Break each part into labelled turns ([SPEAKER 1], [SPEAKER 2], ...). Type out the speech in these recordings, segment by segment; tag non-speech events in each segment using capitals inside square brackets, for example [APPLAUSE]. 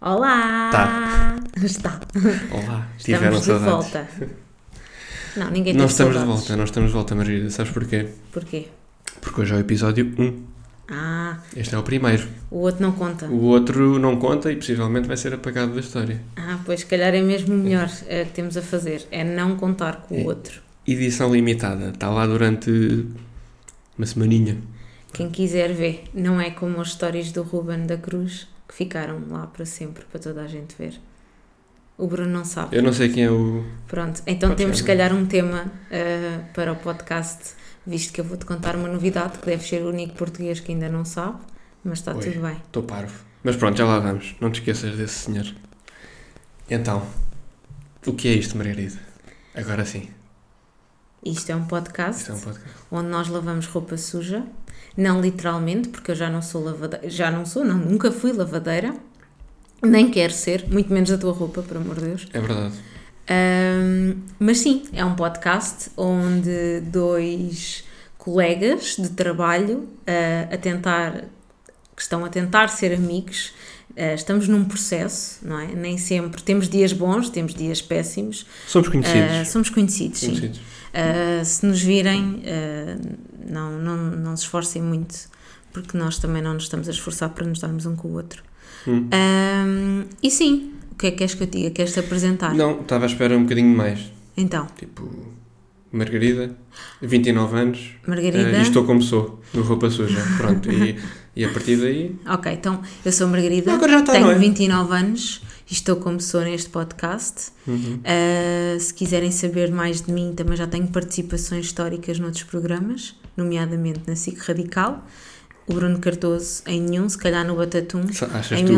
[SPEAKER 1] Olá!
[SPEAKER 2] Tá.
[SPEAKER 1] Está.
[SPEAKER 2] Olá, tiveram
[SPEAKER 1] Estamos de
[SPEAKER 2] saudades.
[SPEAKER 1] volta. Não, ninguém
[SPEAKER 2] Não
[SPEAKER 1] teve
[SPEAKER 2] estamos de
[SPEAKER 1] saudades.
[SPEAKER 2] volta, não estamos de volta, Margarida. Sabes porquê?
[SPEAKER 1] Porquê?
[SPEAKER 2] Porque hoje é o episódio 1.
[SPEAKER 1] Ah,
[SPEAKER 2] Este é o primeiro.
[SPEAKER 1] o outro não conta.
[SPEAKER 2] O outro não conta e possivelmente vai ser apagado da história.
[SPEAKER 1] Ah, pois se calhar é mesmo o melhor eh, que temos a fazer. É não contar com
[SPEAKER 2] Uhum. É.
[SPEAKER 1] o outro.
[SPEAKER 2] Edição limitada. Está lá durante uma semaninha.
[SPEAKER 1] Quem quiser ver, não é como as histórias do Ruben da Cruz que ficaram lá para sempre, para toda a gente ver. O Bruno não sabe.
[SPEAKER 2] Eu não sei quem é o.
[SPEAKER 1] Pronto, então
[SPEAKER 2] Pode
[SPEAKER 1] temos
[SPEAKER 2] ser.
[SPEAKER 1] se calhar um tema eh, para o podcast, visto que eu vou-te contar uma novidade que deve ser o único português que ainda não sabe, mas está
[SPEAKER 2] Oi.
[SPEAKER 1] tudo bem.
[SPEAKER 2] Estou parvo. Mas pronto, já lá vamos. Não te esqueças desse senhor. Então, o que é isto, Margarida? Agora sim.
[SPEAKER 1] Isto é um podcast
[SPEAKER 2] Isto é um podcast.
[SPEAKER 1] onde nós lavamos roupa suja, não literalmente, porque eu já não sou lavadeira, já não sou, não, nunca fui lavadeira, nem quero ser, muito menos a tua roupa, por amor de Deus.
[SPEAKER 2] É verdade.
[SPEAKER 1] Ahm, mas sim, é um podcast onde dois colegas de trabalho ah, a tentar que estão a tentar ser amigos. ah, estamos num processo, não é? Nem sempre temos dias bons, temos dias péssimos.
[SPEAKER 2] Somos
[SPEAKER 1] Ah,
[SPEAKER 2] conhecidos.
[SPEAKER 1] somos conhecidos, Ah, sim.
[SPEAKER 2] conhecidos.
[SPEAKER 1] Uh, se nos virem, uh, não, não, não se esforcem muito, porque nós também não nos estamos a esforçar para nos darmos um com o outro.
[SPEAKER 2] Hum.
[SPEAKER 1] Um, e sim, o que é que queres que eu diga? Queres-te apresentar?
[SPEAKER 2] Não, estava à espera um bocadinho mais.
[SPEAKER 1] Então,
[SPEAKER 2] Tipo, Margarida, 29 anos,
[SPEAKER 1] Margarida.
[SPEAKER 2] eh, e estou como sou, no roupa suja. Pronto, e, e a partir daí.
[SPEAKER 1] Ok, então eu sou a Margarida,
[SPEAKER 2] Agora já está,
[SPEAKER 1] tenho
[SPEAKER 2] não é?
[SPEAKER 1] 29 anos e estou como sou neste podcast. Uh, se quiserem saber mais de mim, também já tenho participações históricas noutros programas, nomeadamente na SIC Radical, o Bruno Cardoso em nenhum, se calhar no Batatum,
[SPEAKER 2] Sa- achas
[SPEAKER 1] em
[SPEAKER 2] tu?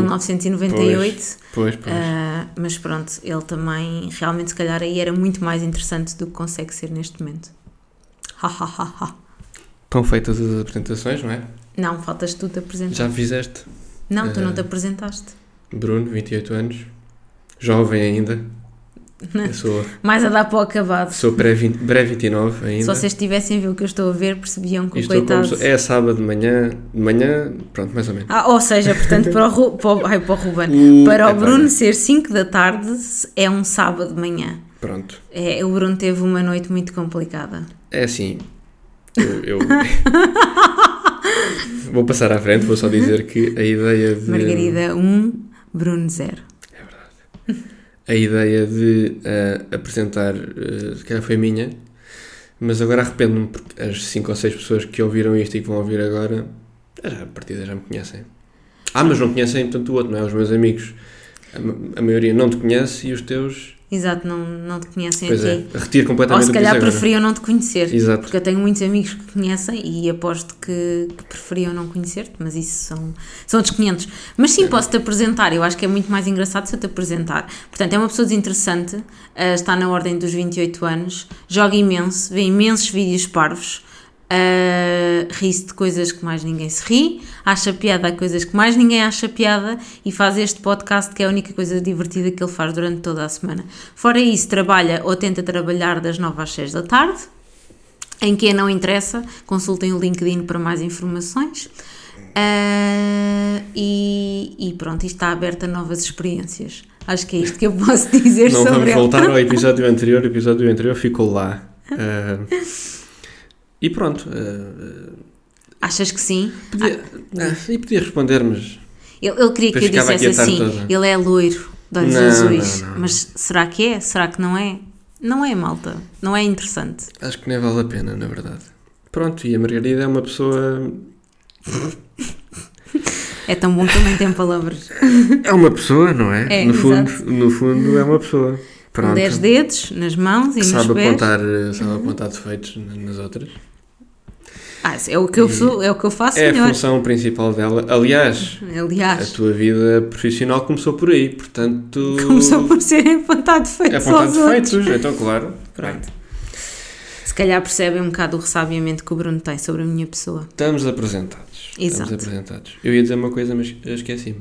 [SPEAKER 1] 1998.
[SPEAKER 2] Pois, pois.
[SPEAKER 1] Uh, mas pronto, ele também realmente, se calhar, aí era muito mais interessante do que consegue ser neste momento. Ha, ha, ha, ha.
[SPEAKER 2] Estão feitas as apresentações, não é?
[SPEAKER 1] Não, faltas tu te apresentar.
[SPEAKER 2] Já fizeste.
[SPEAKER 1] Não, tu não te
[SPEAKER 2] Eh,
[SPEAKER 1] apresentaste.
[SPEAKER 2] Bruno, 28 anos, jovem ainda. Eu sou
[SPEAKER 1] Mais a dar para o acabado.
[SPEAKER 2] sou pré-vinte- pré-29 ainda.
[SPEAKER 1] Se vocês tivessem ver o que eu estou a ver, percebiam que
[SPEAKER 2] E
[SPEAKER 1] o
[SPEAKER 2] estou como
[SPEAKER 1] coitado.
[SPEAKER 2] sou. É sábado de manhã, de manhã, pronto, mais ou menos.
[SPEAKER 1] Ah, ou seja, portanto, para o, Ru... para o... Ai, para o
[SPEAKER 2] [LAUGHS]
[SPEAKER 1] Ruben.
[SPEAKER 2] O-
[SPEAKER 1] Ah, Para o
[SPEAKER 2] epá,
[SPEAKER 1] Bruno ser 5 da tarde é um sábado de manhã.
[SPEAKER 2] Pronto.
[SPEAKER 1] É, o Bruno teve uma noite muito complicada.
[SPEAKER 2] É assim.
[SPEAKER 1] [LAUGHS]
[SPEAKER 2] Eu. eu- vou passar à frente, vou só dizer que a ideia de.
[SPEAKER 1] Margarida 1, um, Bruno 0.
[SPEAKER 2] A ideia de ah, apresentar, ah, se calhar foi minha, mas agora arrependo-me porque as 5 ou 6 pessoas que ouviram isto e que vão ouvir agora, já, a partida já me conhecem. Ah, mas não conhecem tanto o outro, não é? Os meus amigos. A, ma- a maioria não te conhece e os teus.
[SPEAKER 1] Exato, não, não te conhecem
[SPEAKER 2] Pois é,
[SPEAKER 1] aqui.
[SPEAKER 2] retiro
[SPEAKER 1] ou
[SPEAKER 2] completamente
[SPEAKER 1] se
[SPEAKER 2] o que disse
[SPEAKER 1] calhar
[SPEAKER 2] agora.
[SPEAKER 1] preferiam não te conhecer.
[SPEAKER 2] Exato.
[SPEAKER 1] Porque eu tenho muitos amigos que conhecem e aposto que, que preferiam não conhecer-te, mas isso são, são outros 500. Mas sim, posso-te apresentar, eu acho que é muito mais engraçado se eu te apresentar. Portanto, é uma pessoa desinteressante, ah, está na ordem dos 28 anos, joga imenso, vê imensos vídeos parvos, ah, ri-se de coisas que mais ninguém se ri, acha piada a coisas que mais ninguém acha piada e faz este podcast que é a única coisa divertida que ele faz durante toda a semana. Fora isso, trabalha ou tenta trabalhar das 9 às 6 da tarde. Em quem não interessa, consultem o LinkedIn para mais informações. Ah, e, e pronto, isto está aberto a novas experiências. Acho que é isto que eu posso [LAUGHS] dizer
[SPEAKER 2] Não
[SPEAKER 1] sobre
[SPEAKER 2] vamos
[SPEAKER 1] ele. [LAUGHS]
[SPEAKER 2] voltar ao episódio anterior, o episódio anterior ficou lá. Ah, e pronto. ah,
[SPEAKER 1] Achas que sim?
[SPEAKER 2] podia- ah, e podia responder, mas
[SPEAKER 1] Ele, ele queria que
[SPEAKER 2] Depois
[SPEAKER 1] eu
[SPEAKER 2] ficava aqui
[SPEAKER 1] dissesse
[SPEAKER 2] a tarde
[SPEAKER 1] assim:
[SPEAKER 2] toda.
[SPEAKER 1] ele é loiro, de olhos
[SPEAKER 2] Não,
[SPEAKER 1] azuis.
[SPEAKER 2] não, não.
[SPEAKER 1] Mas será que é? Será que não é? Não é, malta. Não é interessante.
[SPEAKER 2] Acho que nem vale a pena, na verdade. Pronto, e a Margarida é uma pessoa.
[SPEAKER 1] É tão bom que também tem palavras.
[SPEAKER 2] É uma pessoa, não é?
[SPEAKER 1] É,
[SPEAKER 2] no, fundo,
[SPEAKER 1] exato.
[SPEAKER 2] no fundo, é uma pessoa.
[SPEAKER 1] Com
[SPEAKER 2] [LAUGHS] Pronto.
[SPEAKER 1] 10 dedos nas mãos e
[SPEAKER 2] que
[SPEAKER 1] nos
[SPEAKER 2] sabe
[SPEAKER 1] pés.
[SPEAKER 2] apontar, eh, sabe apontar defeitos n- nas outras.
[SPEAKER 1] Ah, é o que eu,
[SPEAKER 2] E-
[SPEAKER 1] sou, é o que eu faço
[SPEAKER 2] é a
[SPEAKER 1] melhor.
[SPEAKER 2] função principal dela. Aliás, a
[SPEAKER 1] Aliás.
[SPEAKER 2] tua vida profissional começou por aí, portanto.
[SPEAKER 1] Começou por serem apontar defeitos
[SPEAKER 2] É apontar
[SPEAKER 1] aos outros.
[SPEAKER 2] defeitos, então, claro. Bem,
[SPEAKER 1] Pronto. Se calhar percebem um bocado o ressabiamento que o Bruno tem sobre a minha pessoa.
[SPEAKER 2] estamos apresentados.
[SPEAKER 1] Exato.
[SPEAKER 2] Estamos apresentados. Eu ia dizer uma coisa, mas esqueci-me.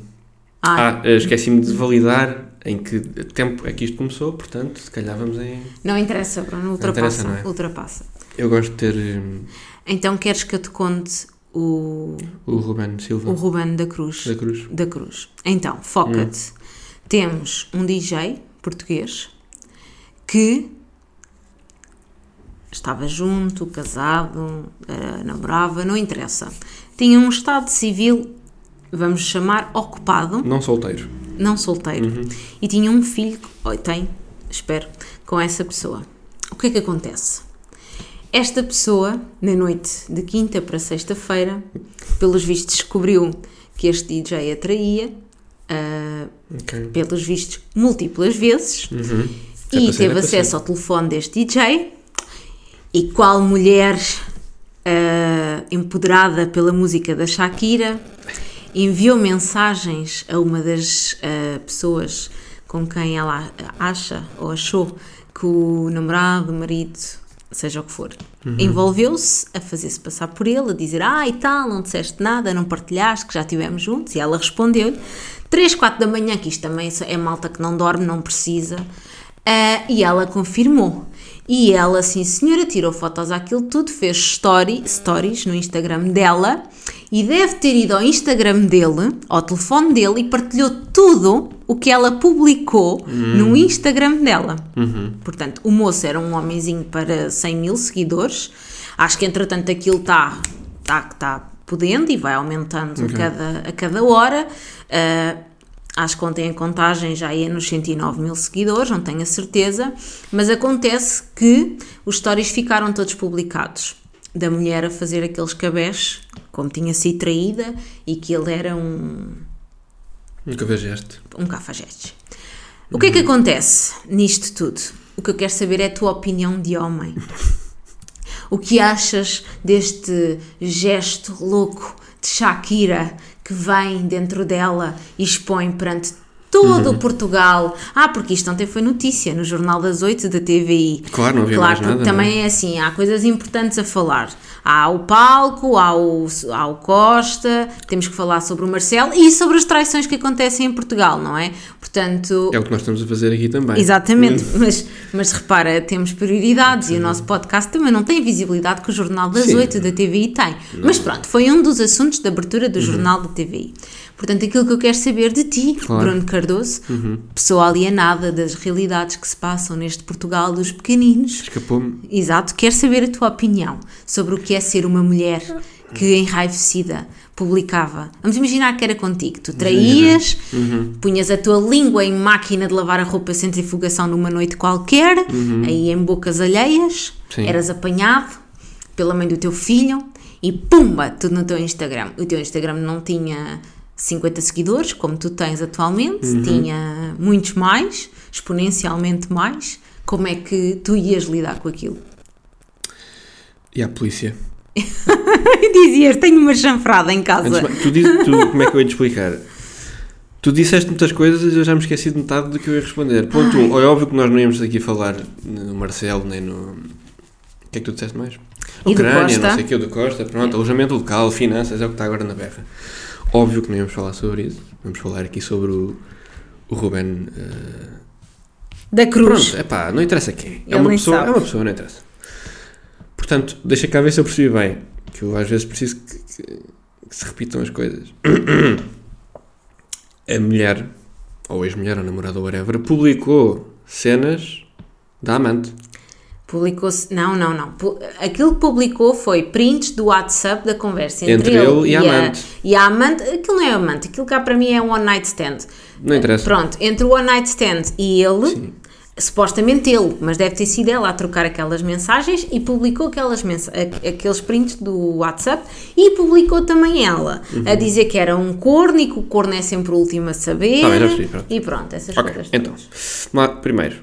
[SPEAKER 1] Ah,
[SPEAKER 2] Ah, eh, esqueci-me de validar em que tempo é que isto começou, portanto, se calhar vamos em.
[SPEAKER 1] não interessa, Bruno,
[SPEAKER 2] interessa,
[SPEAKER 1] ultrapassa,
[SPEAKER 2] não é?
[SPEAKER 1] ultrapassa.
[SPEAKER 2] Eu gosto de ter. hum,
[SPEAKER 1] Então queres que eu te conte o o,
[SPEAKER 2] O Ruben Silva
[SPEAKER 1] o Ruben da Cruz.
[SPEAKER 2] Hum. da Cruz. Hum.
[SPEAKER 1] da Cruz. Então, foca-te. Temos um DJ português que estava junto, casado, eh, namorava, não interessa. Tinha um estado civil, vamos chamar, ocupado,
[SPEAKER 2] Não solteiro.
[SPEAKER 1] não solteiro.
[SPEAKER 2] Uhum.
[SPEAKER 1] E tinha um filho, ou tem, espero, com essa pessoa. O que é que acontece? Esta pessoa, na noite de quinta para sexta-feira, pelos vistos descobriu que este DJ atraía, ah,
[SPEAKER 2] Ok.
[SPEAKER 1] pelos vistos múltiplas vezes,
[SPEAKER 2] É
[SPEAKER 1] e
[SPEAKER 2] para ser, é
[SPEAKER 1] teve
[SPEAKER 2] para
[SPEAKER 1] acesso ao telefone deste DJ. E qual mulher ah, empoderada pela música da Shakira enviou mensagens a uma das ah, pessoas com quem ela acha ou achou que o namorado, o marido, seja o que for, envolveu-se a fazer-se passar por ele, a dizer: Ah, e tal, não disseste nada, não partilhaste, que já estivemos juntos. E ela respondeu-lhe: 3, 4 da manhã, que isto também é malta que não dorme, não precisa. Ah, e ela confirmou. E ela, sim senhora, tirou fotos àquilo tudo, fez story, stories no Instagram dela e deve ter ido ao Instagram dele, ao telefone dele e partilhou tudo o que ela publicou no Instagram dela. Portanto, o moço era um homenzinho para 100 mil seguidores. Acho que entretanto aquilo está tá, tá podendo e vai aumentando a, cada, a cada hora. Ah, Acho que ontem a contagem já ia nos 109 mil seguidores, não tenho a certeza, mas acontece que os stories ficaram todos publicados. Da mulher a fazer aqueles cabés, como tinha sido traída e que ele era um,
[SPEAKER 2] Nunca vejo este.
[SPEAKER 1] um cafajeste. O que é que acontece nisto tudo? O que eu quero saber é a tua opinião de homem. O que achas deste gesto louco de Shakira que vem dentro dela e expõe perante todo
[SPEAKER 2] Uhum.
[SPEAKER 1] o Portugal? Ah, porque isto ontem foi notícia no Jornal das Oito da TVI.
[SPEAKER 2] Claro, não havia mais
[SPEAKER 1] porque
[SPEAKER 2] nada,
[SPEAKER 1] também é assim, há coisas importantes a falar. Há o palco, há o, há o Costa, temos que falar sobre o Marcelo e sobre as traições que acontecem em Portugal, não é? Portanto,
[SPEAKER 2] É o que nós estamos a fazer aqui também.
[SPEAKER 1] Exatamente, mas, mas repara, temos prioridades e o nosso podcast também não tem a visibilidade que o Jornal das
[SPEAKER 2] Sim.
[SPEAKER 1] Oito da TVI tem. Mas pronto, foi um dos assuntos de abertura
[SPEAKER 2] Uhum.
[SPEAKER 1] do Jornal da TVI. Portanto, aquilo que eu quero saber de ti,
[SPEAKER 2] Claro. Uhum.
[SPEAKER 1] Bruno Cardoso, pessoa alienada das realidades que se passam neste Portugal dos pequeninos,
[SPEAKER 2] Escapou-me.
[SPEAKER 1] Exato, quero saber a tua opinião sobre o que é ser uma mulher que enraivecida publicava. Vamos imaginar que era contigo. Tu traías, punhas a tua língua em máquina de lavar a roupa sem centrifugação numa noite qualquer, aí em bocas alheias,
[SPEAKER 2] Sim.
[SPEAKER 1] eras apanhado pela mãe do teu filho e pumba, tudo no teu Instagram. O teu Instagram não tinha 50 seguidores, como tu tens atualmente,
[SPEAKER 2] Uhum.
[SPEAKER 1] tinha muitos mais, exponencialmente mais. Como é que tu ias lidar com aquilo? [LAUGHS]
[SPEAKER 2] E à polícia.
[SPEAKER 1] E dizias, tenho uma chanfrada em
[SPEAKER 2] Antes, de
[SPEAKER 1] casa.
[SPEAKER 2] mais, tu dizes, tu- como é que eu ia te explicar? Tu disseste muitas coisas e eu já me esqueci de metade do que eu ia responder. Ponto 1. Um, é óbvio que nós não íamos aqui falar no Marcelo nem no. O que é que tu disseste mais?
[SPEAKER 1] E do
[SPEAKER 2] Ucrânia,
[SPEAKER 1] Costa.
[SPEAKER 2] não sei o que, o do Costa, pronto, alojamento local, finanças, é o que está agora na berra. Óbvio que não íamos falar sobre isso. Vamos falar aqui sobre o, o Ruben. eh,
[SPEAKER 1] Da cruz.
[SPEAKER 2] Pronto, é pá, não interessa quem.
[SPEAKER 1] Ele
[SPEAKER 2] É uma,
[SPEAKER 1] nem
[SPEAKER 2] pessoa,
[SPEAKER 1] sabe.
[SPEAKER 2] é uma pessoa, não interessa. Portanto, deixa cá ver se eu percebi bem. Que eu às vezes preciso que, que- que se repitam as coisas. [CLEARS THROAT] A mulher, ou ex-mulher, ou namorada, ou whatever, publicou cenas da amante.
[SPEAKER 1] Publicou-se. Não, não, não. Pu- Aquilo que publicou foi prints do WhatsApp da conversa entre,
[SPEAKER 2] Entre ele e a amante.
[SPEAKER 1] E a amante. Aquilo não é amante, aquilo cá para mim é um one night stand.
[SPEAKER 2] Não interessa.
[SPEAKER 1] Pronto, entre o One Night Stand e ele, supostamente ele, mas deve ter sido ela a trocar aquelas mensagens e publicou aquelas mensa- a- aqueles prints do WhatsApp e publicou também ela a
[SPEAKER 2] Uhum.
[SPEAKER 1] dizer que era um corno e que o corno é sempre o último a saber.
[SPEAKER 2] Tá bem, já percebi, pronto.
[SPEAKER 1] E pronto, essas
[SPEAKER 2] Ok,
[SPEAKER 1] coisas.
[SPEAKER 2] então. Lá, primeiro,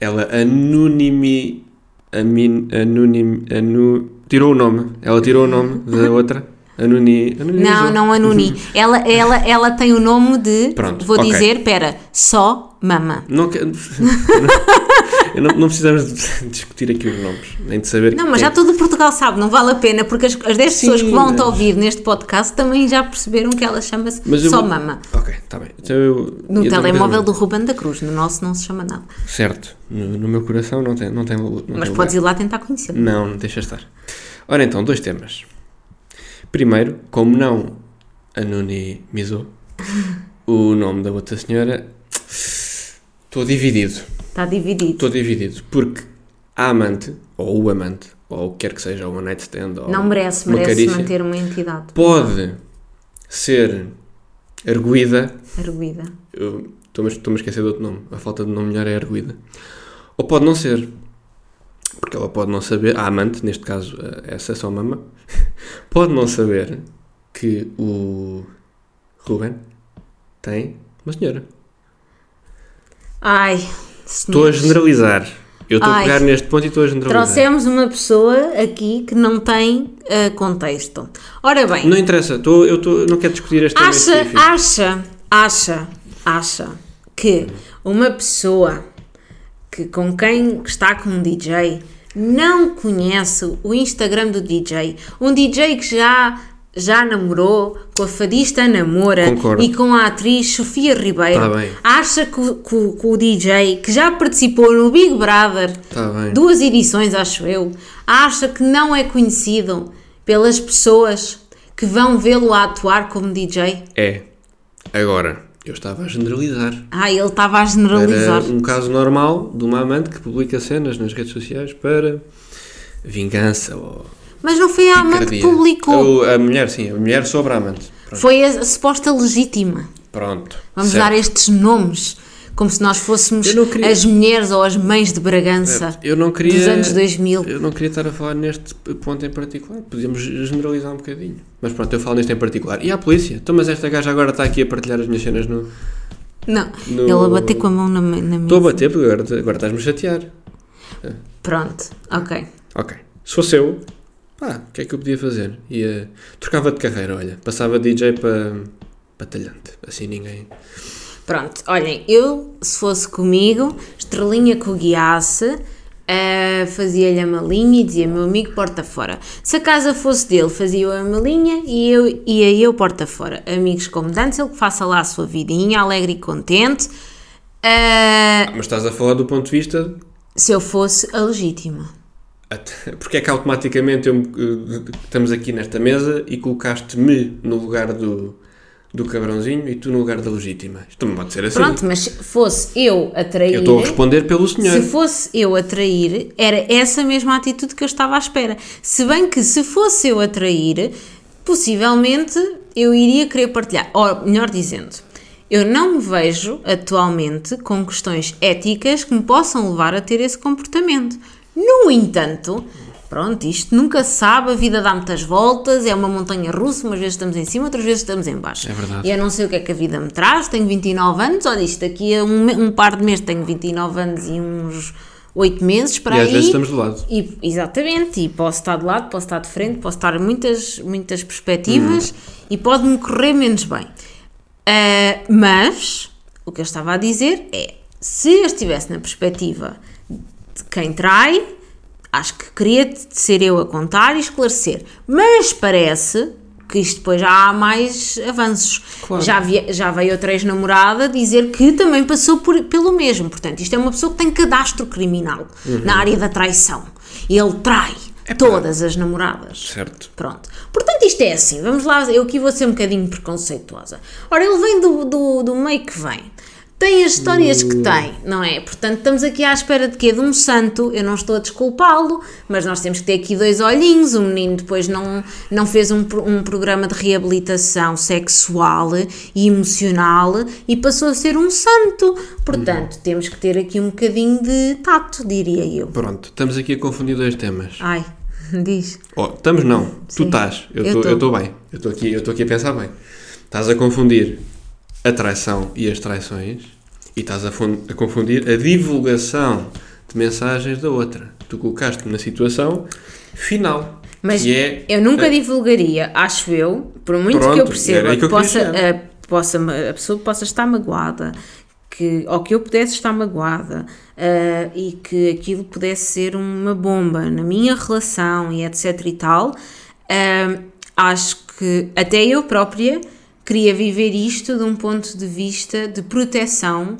[SPEAKER 2] ela anonimi, amin, anonim, anu, tirou o nome. Ela tirou o nome da outra. Anoni, anonimizou.
[SPEAKER 1] Não, não anuni. ela, ela, ela tem o nome de.
[SPEAKER 2] Uhum. Pronto,
[SPEAKER 1] vou
[SPEAKER 2] ok.
[SPEAKER 1] dizer, pera, só mama.
[SPEAKER 2] Não, que- [LAUGHS] Eu não, não precisamos de [LAUGHS] discutir aqui os nomes, nem de saber.
[SPEAKER 1] Não, mas
[SPEAKER 2] quem-
[SPEAKER 1] já
[SPEAKER 2] é.
[SPEAKER 1] todo Portugal sabe, não vale a pena, porque as, as 10
[SPEAKER 2] Sim,
[SPEAKER 1] pessoas que vão te
[SPEAKER 2] mas-
[SPEAKER 1] ouvir neste podcast também já perceberam que ela chama-se
[SPEAKER 2] Mas eu
[SPEAKER 1] Só
[SPEAKER 2] vou-
[SPEAKER 1] Mama.
[SPEAKER 2] Ok, está bem. Então eu-
[SPEAKER 1] No
[SPEAKER 2] eu tenho uma
[SPEAKER 1] telemóvel
[SPEAKER 2] coisa
[SPEAKER 1] do Ruben da Cruz, no nosso não se chama nada.
[SPEAKER 2] a dizer. Certo, no, no meu coração não tem, não tem, não é
[SPEAKER 1] Mas
[SPEAKER 2] tem
[SPEAKER 1] podes
[SPEAKER 2] lugar.
[SPEAKER 1] ir lá tentar conhecê-lo.
[SPEAKER 2] Não, deixa estar. Ora então, dois temas. Primeiro, como não anonimizou o nome da outra senhora, estou dividido.
[SPEAKER 1] Está dividido.
[SPEAKER 2] Estou dividido porque a amante, ou o amante, ou o que quer que seja, ou uma nightstand, ou
[SPEAKER 1] Não merece,
[SPEAKER 2] uma
[SPEAKER 1] merece
[SPEAKER 2] carícia,
[SPEAKER 1] manter uma entidade
[SPEAKER 2] pode ser arguída.
[SPEAKER 1] arguída.
[SPEAKER 2] eu Estou-me a- estou-me a esquecer de outro nome. A falta de nome melhor é arguída. Ou pode não ser. Porque ela pode não saber, a amante, neste caso, eh, essa é só mama, [LAUGHS] pode não saber que o Ruben tem uma senhora.
[SPEAKER 1] Ai,
[SPEAKER 2] Estou a
[SPEAKER 1] senhores.
[SPEAKER 2] generalizar. Eu estou a
[SPEAKER 1] Ai.
[SPEAKER 2] pegar neste ponto e estou a generalizar.
[SPEAKER 1] Trouxemos uma pessoa aqui que não tem ah, contexto. Ora bem,
[SPEAKER 2] Não interessa, estou- eu estou- não quero discutir este tema
[SPEAKER 1] acha,
[SPEAKER 2] específico.
[SPEAKER 1] acha, acha, acha que uma pessoa que com quem está com um DJ não conhece o Instagram do DJ, um DJ que já já namorou com a fadista Ana Moura
[SPEAKER 2] Concordo.
[SPEAKER 1] e com a atriz Sofia Ribeiro.
[SPEAKER 2] Tá bem.
[SPEAKER 1] Acha que, o- que o- que o DJ que já participou no Big Brother
[SPEAKER 2] Tá bem.
[SPEAKER 1] duas edições, acho eu, acha que não é conhecido pelas pessoas que vão vê-lo a atuar como DJ?
[SPEAKER 2] É. Agora, eu estava a generalizar.
[SPEAKER 1] Ah, ele estava a
[SPEAKER 2] Era
[SPEAKER 1] generalizar.
[SPEAKER 2] um caso normal de uma amante que publica cenas nas redes sociais para vingança ou.
[SPEAKER 1] Mas não foi a amante que
[SPEAKER 2] picardia.
[SPEAKER 1] publicou,
[SPEAKER 2] Ou a mulher, sim, a mulher sobre a amante. Pronto.
[SPEAKER 1] foi a suposta legítima.
[SPEAKER 2] Pronto.
[SPEAKER 1] Vamos
[SPEAKER 2] Certo.
[SPEAKER 1] dar estes nomes, como se nós fôssemos
[SPEAKER 2] Eu não queria-
[SPEAKER 1] as mulheres ou as mães de Bragança.
[SPEAKER 2] Eu não queria.
[SPEAKER 1] dos anos 2000.
[SPEAKER 2] Eu não queria estar a falar neste ponto em particular. Podíamos generalizar um bocadinho. Mas pronto, eu falo neste em particular. E à polícia? Então, mas esta gaja agora está aqui a partilhar as minhas cenas no.
[SPEAKER 1] Não,
[SPEAKER 2] No-
[SPEAKER 1] ele a bater com a mão na, me- na mesa.
[SPEAKER 2] Estou a bater, porque agora, agora estás-me a chatear.
[SPEAKER 1] Pronto, ok.
[SPEAKER 2] Ok. Se fosse eu, pá, o que é que eu podia fazer? Ia, trocava de carreira, olha. Passava de DJ para para talhante. Assim ninguém.
[SPEAKER 1] Pronto, olhem, eu, se fosse comigo, estrelinha que o guiasse, eh, fazia-lhe a malinha e dizia, meu amigo, porta fora. Se a casa fosse dele, fazia a malinha e eu ia eu porta fora. Amigos como dantes, ele que faça lá a sua vidinha, alegre e contente, eh,
[SPEAKER 2] Ah, mas estás a falar do ponto de vista.
[SPEAKER 1] se eu fosse a legítima.
[SPEAKER 2] até- [LAUGHS] Porque é que automaticamente eu me- eh, estamos aqui nesta mesa e colocaste-me no lugar do, do cabrãozinho e tu no lugar da legítima? Isto não pode ser assim.
[SPEAKER 1] Pronto, mas se fosse eu a trair...
[SPEAKER 2] eu estou a responder pelo
[SPEAKER 1] Se
[SPEAKER 2] senhor.
[SPEAKER 1] fosse eu a trair, era essa mesma atitude que eu estava à espera. Se bem que se fosse eu a trair, possivelmente eu iria querer partilhar. Ou melhor dizendo, eu não me vejo atualmente com questões éticas que me possam levar a ter esse comportamento. No entanto, pronto, isto nunca se sabe, a vida dá muitas voltas, é uma montanha russa, umas vezes estamos em cima, outras vezes estamos em baixo.
[SPEAKER 2] É verdade.
[SPEAKER 1] E eu não sei o que é que a vida me traz, tenho 29 anos, olha isto, daqui a um, me- um par de meses tenho 29 anos e uns 8 meses para
[SPEAKER 2] E
[SPEAKER 1] aí.
[SPEAKER 2] às vezes estamos do lado.
[SPEAKER 1] E- exatamente, e posso estar de lado, posso estar de frente, posso estar em muitas, muitas perspectivas e pode-me correr menos bem. Ah, mas o que eu estava a dizer é: se eu estivesse na perspectiva de quem trai, acho que queria de ser eu a contar e esclarecer. Mas parece que isto depois já há mais avanços.
[SPEAKER 2] Claro.
[SPEAKER 1] Já, vi- já veio outra ex-namorada dizer que também passou por- pelo mesmo. Portanto, isto é uma pessoa que tem cadastro criminal na área da traição. Ele trai todas as namoradas.
[SPEAKER 2] Certo.
[SPEAKER 1] Pronto. Portanto, isto é assim. Vamos lá, eu aqui vou ser um bocadinho preconceituosa. Ora, ele vem do, do, do meio que vem. Tem as histórias que tem, não é? Portanto, estamos aqui à espera de quê? De um santo. Eu não estou a desculpá-lo, mas nós temos que ter aqui dois olhinhos. O menino depois não, não fez um, pro- um programa de reabilitação sexual e emocional e passou a ser um santo. Portanto, temos que ter aqui um bocadinho de tato, diria eu.
[SPEAKER 2] Pronto, estamos aqui a confundir dois temas.
[SPEAKER 1] Ai, [LAUGHS] diz.
[SPEAKER 2] Oh, estamos não, tu
[SPEAKER 1] Sim.
[SPEAKER 2] estás,
[SPEAKER 1] Eu
[SPEAKER 2] eu
[SPEAKER 1] tô.
[SPEAKER 2] estou bem, eu estou aqui, eu tô aqui a pensar bem. Estás a confundir a traição e as traições e estás a, fun- a confundir a divulgação de mensagens da outra. Tu colocaste-me na situação final,
[SPEAKER 1] Mas
[SPEAKER 2] que é...
[SPEAKER 1] eu nunca divulgaria, acho eu, por muito que eu
[SPEAKER 2] Pronto,
[SPEAKER 1] perceba
[SPEAKER 2] era aí
[SPEAKER 1] que,
[SPEAKER 2] que eu queria
[SPEAKER 1] possa,
[SPEAKER 2] chegar.
[SPEAKER 1] a, possa, ma- a pessoa possa estar magoada, que, ou que eu pudesse estar magoada ah, e que aquilo pudesse ser uma bomba na minha relação e etc e tal, ah, acho que até eu própria queria viver isto de um ponto de vista de proteção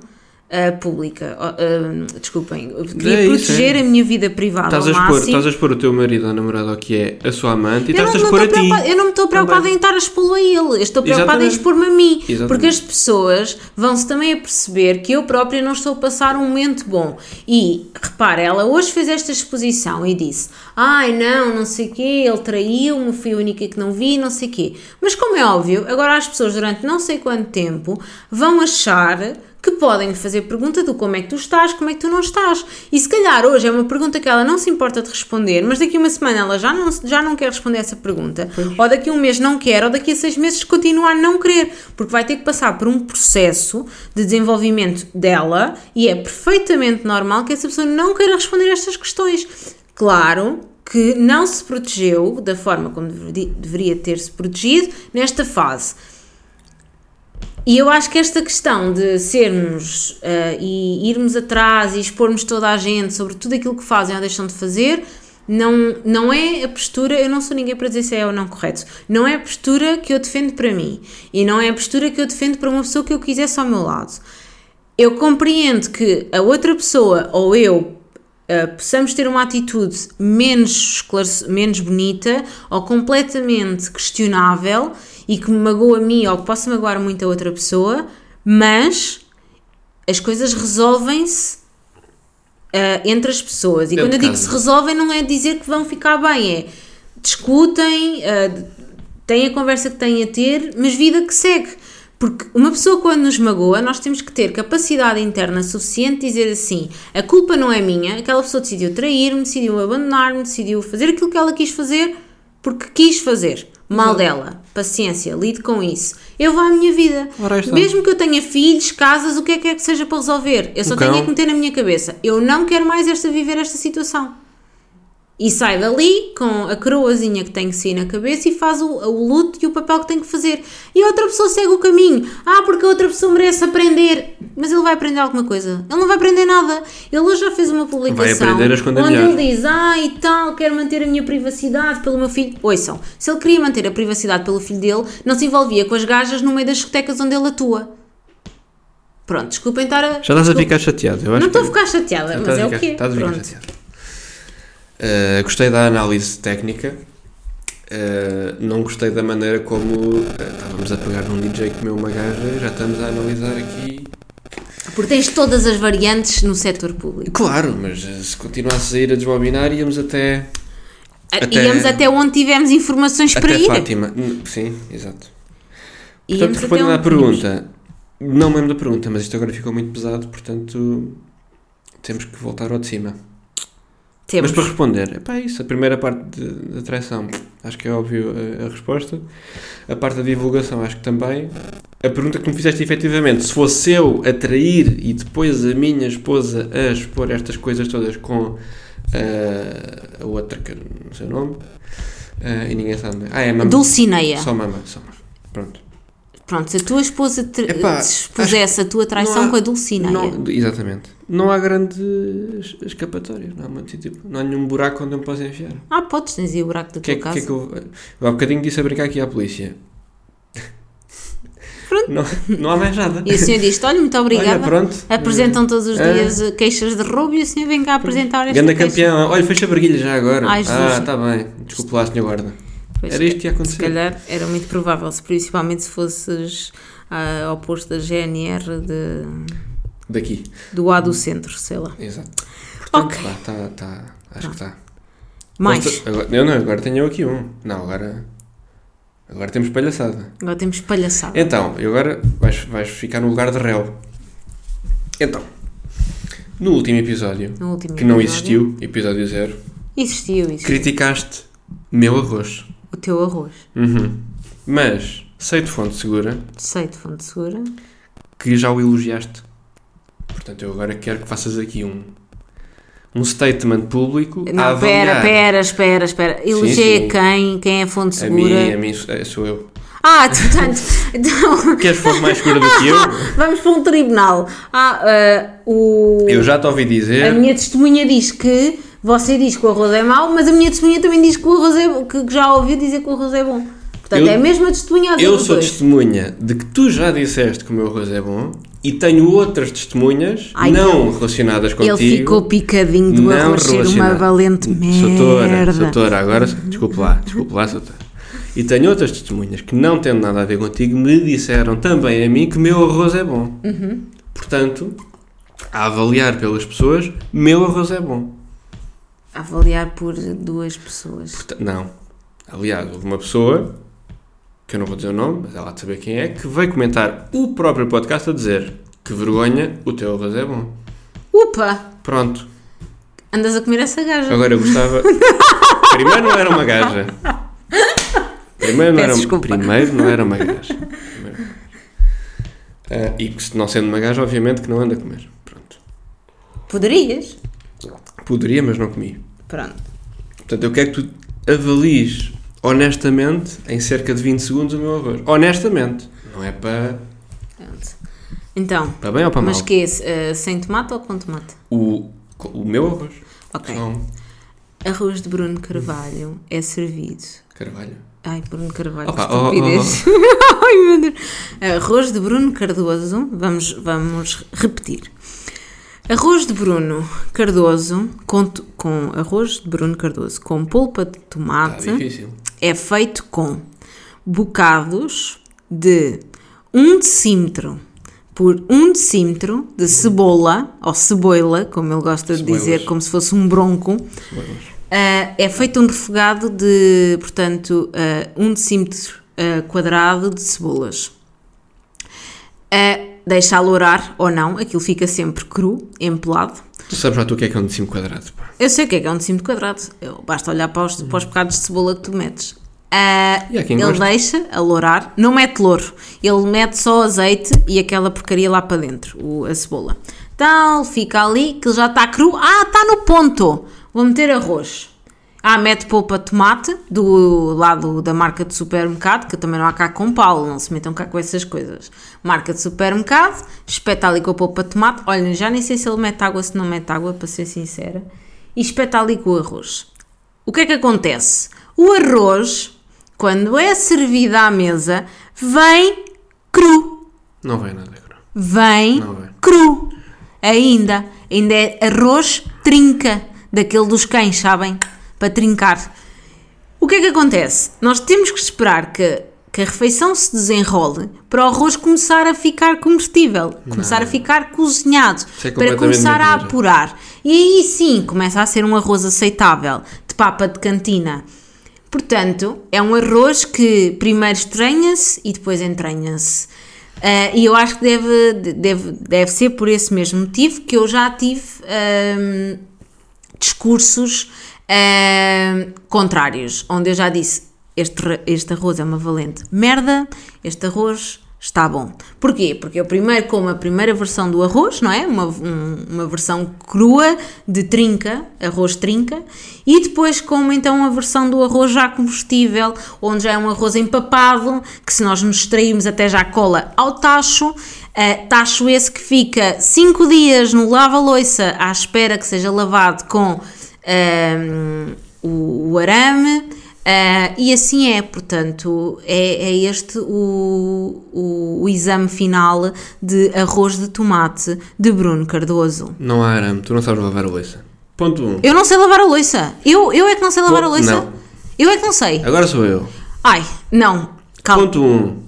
[SPEAKER 1] ah, pública. Oh, ah, desculpem, eu queria
[SPEAKER 2] É isso,
[SPEAKER 1] proteger
[SPEAKER 2] é.
[SPEAKER 1] a minha vida privada
[SPEAKER 2] Estás a,
[SPEAKER 1] ao
[SPEAKER 2] expor,
[SPEAKER 1] máximo.
[SPEAKER 2] estás a expor o teu marido ou namorado ao que é a sua amante e
[SPEAKER 1] assim. Eu não,
[SPEAKER 2] estás a
[SPEAKER 1] não
[SPEAKER 2] expor a
[SPEAKER 1] estou
[SPEAKER 2] ti.
[SPEAKER 1] preocupada- eu não me estou preocupada em estar a expô-lo a ele, eu estou preocupada em
[SPEAKER 2] Exatamente.
[SPEAKER 1] expor-me a mim,
[SPEAKER 2] Exatamente.
[SPEAKER 1] porque as pessoas vão-se também a perceber que eu própria não estou a passar um momento bom. E repara, ela hoje fez esta exposição e disse: Ai não, não sei o quê, ele traiu-me, fui a única que não vi, não sei o quê. Mas como é óbvio, agora as pessoas durante não sei quanto tempo vão achar. Que podem lhe fazer pergunta do como é que tu estás, como é que tu não estás. E se calhar hoje é uma pergunta que ela não se importa de responder, mas daqui a uma semana ela já não, já não quer responder essa pergunta, ou daqui a um mês não quer, ou daqui a seis meses continua a não querer, porque vai ter que passar por um processo de desenvolvimento dela e é perfeitamente normal que essa pessoa não queira responder estas questões. Claro que não se protegeu da forma como deveri- deveria ter-se protegido nesta fase. E eu acho que esta questão de sermos eh, e irmos atrás e expormos toda a gente sobre tudo aquilo que fazem ou deixam de fazer, não, não é a postura, eu não sou ninguém para dizer se é ou não correto, não é a postura que eu defendo para mim e não é a postura que eu defendo para uma pessoa que eu quisesse ao meu lado. Eu compreendo que a outra pessoa ou eu eh, possamos ter uma atitude menos, esclarece- menos bonita ou completamente questionável e que me magoa a mim ou que possa magoar muito a outra pessoa, mas as coisas resolvem-se ah, entre as pessoas. E
[SPEAKER 2] Dentro
[SPEAKER 1] quando eu
[SPEAKER 2] de
[SPEAKER 1] digo que
[SPEAKER 2] casa.
[SPEAKER 1] se resolvem, não é dizer que vão ficar bem, é discutem, ah, têm a conversa que têm a ter, mas vida que segue. Porque uma pessoa quando nos magoa, nós temos que ter capacidade interna suficiente de dizer assim: a culpa não é minha, aquela pessoa decidiu trair-me, decidiu abandonar-me, decidiu fazer aquilo que ela quis fazer porque quis fazer. Mal dela. Paciência, lido com isso. Eu vou à minha vida.
[SPEAKER 2] Ora, aí está.
[SPEAKER 1] Mesmo que eu tenha filhos, casas, o que é que é que seja para resolver. Eu só
[SPEAKER 2] Um
[SPEAKER 1] tenho é
[SPEAKER 2] cão.
[SPEAKER 1] que meter na minha cabeça. Eu não quero mais esta viver esta situação. E sai dali com a coroazinha que tem que sair na cabeça e faz o, o luto e o papel que tem que fazer. E a outra pessoa segue o caminho. Ah, porque a outra pessoa merece aprender. Mas ele vai aprender alguma coisa. Ele não vai aprender nada. Ele hoje já fez uma publicação
[SPEAKER 2] aprender a esconder
[SPEAKER 1] onde
[SPEAKER 2] melhor.
[SPEAKER 1] ele diz, ah e tal, quero manter a minha privacidade pelo meu filho. Ouçam, se ele queria manter a privacidade pelo filho dele, não se envolvia com as gajas no meio das discotecas onde ele atua. Pronto, desculpem estar a...
[SPEAKER 2] Já estás a
[SPEAKER 1] desculpa-
[SPEAKER 2] ficar chateado. Eu acho
[SPEAKER 1] Não estou a
[SPEAKER 2] que-
[SPEAKER 1] ficar chateada, mas
[SPEAKER 2] Estás a
[SPEAKER 1] é
[SPEAKER 2] ficar-
[SPEAKER 1] o quê?
[SPEAKER 2] Estás a ficar
[SPEAKER 1] Pronto.
[SPEAKER 2] chateado. Uh, gostei da análise técnica. Uh, não gostei da maneira como uh, estávamos a pegar num DJ que comeu uma gaja e já estamos a analisar aqui.
[SPEAKER 1] Porque tens todas as variantes no setor público.
[SPEAKER 2] Claro, mas uh, se continuasse a ir a desbobinar íamos até, Até-
[SPEAKER 1] Ah, Íamos até onde tivemos informações para
[SPEAKER 2] até
[SPEAKER 1] ir.
[SPEAKER 2] Fátima. N- Sim, exato.
[SPEAKER 1] Íamos
[SPEAKER 2] Portanto, respondendo à
[SPEAKER 1] onde tínhamos.
[SPEAKER 2] pergunta, não me lembro da pergunta, mas isto agora ficou muito pesado, portanto temos que voltar ao de cima.
[SPEAKER 1] Temos.
[SPEAKER 2] Mas para responder, é pá, isso, a primeira parte de, de atração, acho que é óbvio a, a resposta. A parte da divulgação, acho que também. A pergunta que me fizeste efetivamente, se fosse eu a trair e depois a minha esposa a expor estas coisas todas com ah, a outra, que eu não sei o nome, ah, e ninguém sabe. Ah, é mamãe.
[SPEAKER 1] Dulcineia.
[SPEAKER 2] Só mamãe, só mamãe. Pronto.
[SPEAKER 1] Pronto, se a tua esposa te,
[SPEAKER 2] Epá,
[SPEAKER 1] te expusesse a tua traição
[SPEAKER 2] não há-
[SPEAKER 1] com a Dulcineia.
[SPEAKER 2] Não- exatamente. Não há grandes escapatórias, não há, muito, tipo, não há nenhum buraco onde eu me possa enfiar.
[SPEAKER 1] Ah, podes, tens aí o buraco da
[SPEAKER 2] que é
[SPEAKER 1] tua
[SPEAKER 2] que, que é
[SPEAKER 1] casa.
[SPEAKER 2] que eu, eu há bocadinho disse a brincar aqui à polícia.
[SPEAKER 1] Pronto.
[SPEAKER 2] Não, não há mais nada.
[SPEAKER 1] E o senhor diz-te: olha, muito
[SPEAKER 2] [LAUGHS] Olha,
[SPEAKER 1] obrigada.
[SPEAKER 2] pronto.
[SPEAKER 1] Apresentam todos os
[SPEAKER 2] Ah.
[SPEAKER 1] dias queixas de roubo e o senhor vem cá apresentar esta
[SPEAKER 2] Ganda
[SPEAKER 1] queixa.
[SPEAKER 2] campeão. Olha, fecha a barguilha já agora.
[SPEAKER 1] é Ai, Jesus.
[SPEAKER 2] ah, está bem. Desculpe lá, senhor guarda.
[SPEAKER 1] Pois, é.
[SPEAKER 2] Era isto que ia
[SPEAKER 1] Se
[SPEAKER 2] acontecer.
[SPEAKER 1] calhar era muito provável, se principalmente se fosses ah, ao posto da GNR de-
[SPEAKER 2] Daqui.
[SPEAKER 1] do
[SPEAKER 2] Hum.
[SPEAKER 1] A do centro, sei lá.
[SPEAKER 2] Exato. Portanto,
[SPEAKER 1] Ok.
[SPEAKER 2] lá, está, tá, acho que está.
[SPEAKER 1] Mais.
[SPEAKER 2] Posso- agora- eu não, agora tenho eu aqui um. Não, agora. Agora temos palhaçada.
[SPEAKER 1] Agora temos palhaçada.
[SPEAKER 2] Então, e agora vais, vais ficar no lugar de réu. Então, no último episódio,
[SPEAKER 1] No último
[SPEAKER 2] que não
[SPEAKER 1] episódio.
[SPEAKER 2] existiu, episódio zero,
[SPEAKER 1] Existiu, existiu.
[SPEAKER 2] criticaste meu arroz.
[SPEAKER 1] O teu arroz.
[SPEAKER 2] Uhum. Mas sei de fonte segura
[SPEAKER 1] Sei de fonte segura.
[SPEAKER 2] que já o elogiaste. Portanto, eu agora quero que faças aqui um, um statement público. a
[SPEAKER 1] Não, pera,
[SPEAKER 2] avaliar.
[SPEAKER 1] pera, espera, espera. Elogiei
[SPEAKER 2] Ah, sim.
[SPEAKER 1] quem? Quem é fonte
[SPEAKER 2] A mim, a
[SPEAKER 1] segura?
[SPEAKER 2] mim eh, sou eu.
[SPEAKER 1] Ah, tu- portanto,
[SPEAKER 2] [LAUGHS]
[SPEAKER 1] então,
[SPEAKER 2] Queres fonte mais segura do
[SPEAKER 1] [LAUGHS]
[SPEAKER 2] que eu?
[SPEAKER 1] vamos para um tribunal. Ah, ah, o,
[SPEAKER 2] Eu já te ouvi
[SPEAKER 1] a
[SPEAKER 2] dizer.
[SPEAKER 1] minha testemunha diz que você diz que o arroz é mau, mas a minha testemunha também diz que o arroz é bom, que que já ouviu dizer que o arroz é bom. Portanto,
[SPEAKER 2] Eu-
[SPEAKER 1] é a mesma testemunha a dizer
[SPEAKER 2] Eu
[SPEAKER 1] os
[SPEAKER 2] sou
[SPEAKER 1] dois.
[SPEAKER 2] testemunha de que tu já disseste que o meu arroz é bom E tenho outras testemunhas
[SPEAKER 1] Ai,
[SPEAKER 2] não relacionadas
[SPEAKER 1] Ele
[SPEAKER 2] contigo.
[SPEAKER 1] ficou picadinho do
[SPEAKER 2] não
[SPEAKER 1] arroz ser uma
[SPEAKER 2] relacionada.
[SPEAKER 1] valente merda.
[SPEAKER 2] Soutora, soutora, agora desculpe lá, desculpe lá, soutora. E tenho outras testemunhas que não tendo nada a ver contigo me disseram também a mim que meu arroz é bom.
[SPEAKER 1] Uhum.
[SPEAKER 2] Portanto, a avaliar pelas pessoas, meu arroz é bom.
[SPEAKER 1] Avaliar por duas pessoas.
[SPEAKER 2] Porta- Não. Aliás, houve uma pessoa, que eu não vou dizer o nome, mas ela há de saber quem é, que veio comentar o próprio podcast a dizer que vergonha, o teu arroz é bom.
[SPEAKER 1] Upa!
[SPEAKER 2] Pronto.
[SPEAKER 1] Andas a comer essa gaja.
[SPEAKER 2] Agora eu
[SPEAKER 1] [LAUGHS]
[SPEAKER 2] gostava. Primeiro não era uma gaja. Primeiro não,
[SPEAKER 1] Peço
[SPEAKER 2] era, um-
[SPEAKER 1] desculpa.
[SPEAKER 2] primeiro não era uma gaja. Primeiro não era. Ah, e que se não sendo uma gaja, obviamente que não anda a comer. Pronto.
[SPEAKER 1] Poderias?
[SPEAKER 2] Poderia, mas não comi.
[SPEAKER 1] Pronto.
[SPEAKER 2] Portanto, eu quero que tu avalies honestamente em cerca de 20 segundos o meu arroz. Honestamente. Não é para,
[SPEAKER 1] Pronto. Então,
[SPEAKER 2] para bem ou para mal.
[SPEAKER 1] mas que é eh, sem tomate ou com tomate?
[SPEAKER 2] O, o meu arroz.
[SPEAKER 1] Ok.
[SPEAKER 2] Não,
[SPEAKER 1] Arroz de Bruno Carvalho é servido.
[SPEAKER 2] carvalho.
[SPEAKER 1] Ai, Bruno Carvalho,
[SPEAKER 2] Opa, oh,
[SPEAKER 1] que estupidez. [LAUGHS] Ai, meu Deus. Arroz de Bruno Cardoso. Vamos, vamos repetir. Arroz de Bruno Cardoso com, tu- com arroz de Bruno Cardoso com polpa de
[SPEAKER 2] Está
[SPEAKER 1] tomate
[SPEAKER 2] Tá difícil.
[SPEAKER 1] é feito com bocados de 1 decímetro por 1 decímetro de cebola, ou ceboila, como ele gosta de
[SPEAKER 2] Ceboilas.
[SPEAKER 1] dizer, como se fosse um bronco.
[SPEAKER 2] Arroz.
[SPEAKER 1] Ah, é feito um refogado de, portanto, ah, 1 decímetro ah, quadrado de cebolas. Ah, deixa alourar ou não, aquilo fica sempre cru, empelado.
[SPEAKER 2] Tu sabes lá tu o que é que é um decimo quadrado, pá.
[SPEAKER 1] Eu sei o que é que é um decímetro quadrado. Eu- basta olhar para os, para os bocados de cebola que tu metes. Ah,
[SPEAKER 2] E há quem
[SPEAKER 1] ele
[SPEAKER 2] goste.
[SPEAKER 1] deixa alourar, não mete louro, ele mete só azeite e aquela porcaria lá para dentro, o- a cebola. Então fica ali que ele já está cru. Ah, está no ponto! Vou meter arroz. Ah, mete polpa de tomate do lado da marca de supermercado, que também não há cá com Paulo, não se metam cá com essas coisas. Marca de supermercado, espeta ali com a polpa de tomate. Olha, já nem sei se ele mete água, se não mete água, para ser sincera. E espeta ali com o arroz. O que é que acontece? O arroz, quando é servido à mesa, vem cru.
[SPEAKER 2] Não vai nada, cara.
[SPEAKER 1] Vem
[SPEAKER 2] Não vem.
[SPEAKER 1] cru. Ainda. Ainda é arroz trinca. Daquele dos cães, sabem? Para trincar. O que é que acontece? Nós temos que esperar que, que a refeição se desenrole para o arroz começar a ficar comestível, começar a ficar cozinhado,
[SPEAKER 2] é
[SPEAKER 1] para
[SPEAKER 2] completamente
[SPEAKER 1] começar a
[SPEAKER 2] mentira.
[SPEAKER 1] apurar. E aí sim começa a ser um arroz aceitável, de papa de cantina. Portanto, é um arroz que primeiro estranha-se e depois entranha-se. Ah, e eu acho que deve, deve, deve ser por esse mesmo motivo que eu já tive. ahm, discursos ahm, contrários, onde eu já disse este, ra- este arroz é uma valente merda, este arroz está bom. Porquê? Porque eu primeiro como a primeira versão do arroz, não é? Uma, um- uma versão crua de trinca, arroz trinca, e depois como então a versão do arroz já comestível, onde já é um arroz empapado, que se nós nos distrairmos até já cola ao tacho, Uh, tacho esse que fica 5 dias no lava-loiça à espera que seja lavado com ahm, o, o arame. ah, e assim é, portanto, é, é este o, o, o exame final de arroz de tomate de Bruno Cardoso.
[SPEAKER 2] Não há arame, tu não sabes lavar a louça. Ponto 1. Um.
[SPEAKER 1] Eu não sei lavar a louça. Eu, eu é que não sei lavar a
[SPEAKER 2] Pô,
[SPEAKER 1] louça.
[SPEAKER 2] não.
[SPEAKER 1] Eu é que não sei.
[SPEAKER 2] Agora sou eu.
[SPEAKER 1] Ai, não. Calma.
[SPEAKER 2] Ponto 1. Um,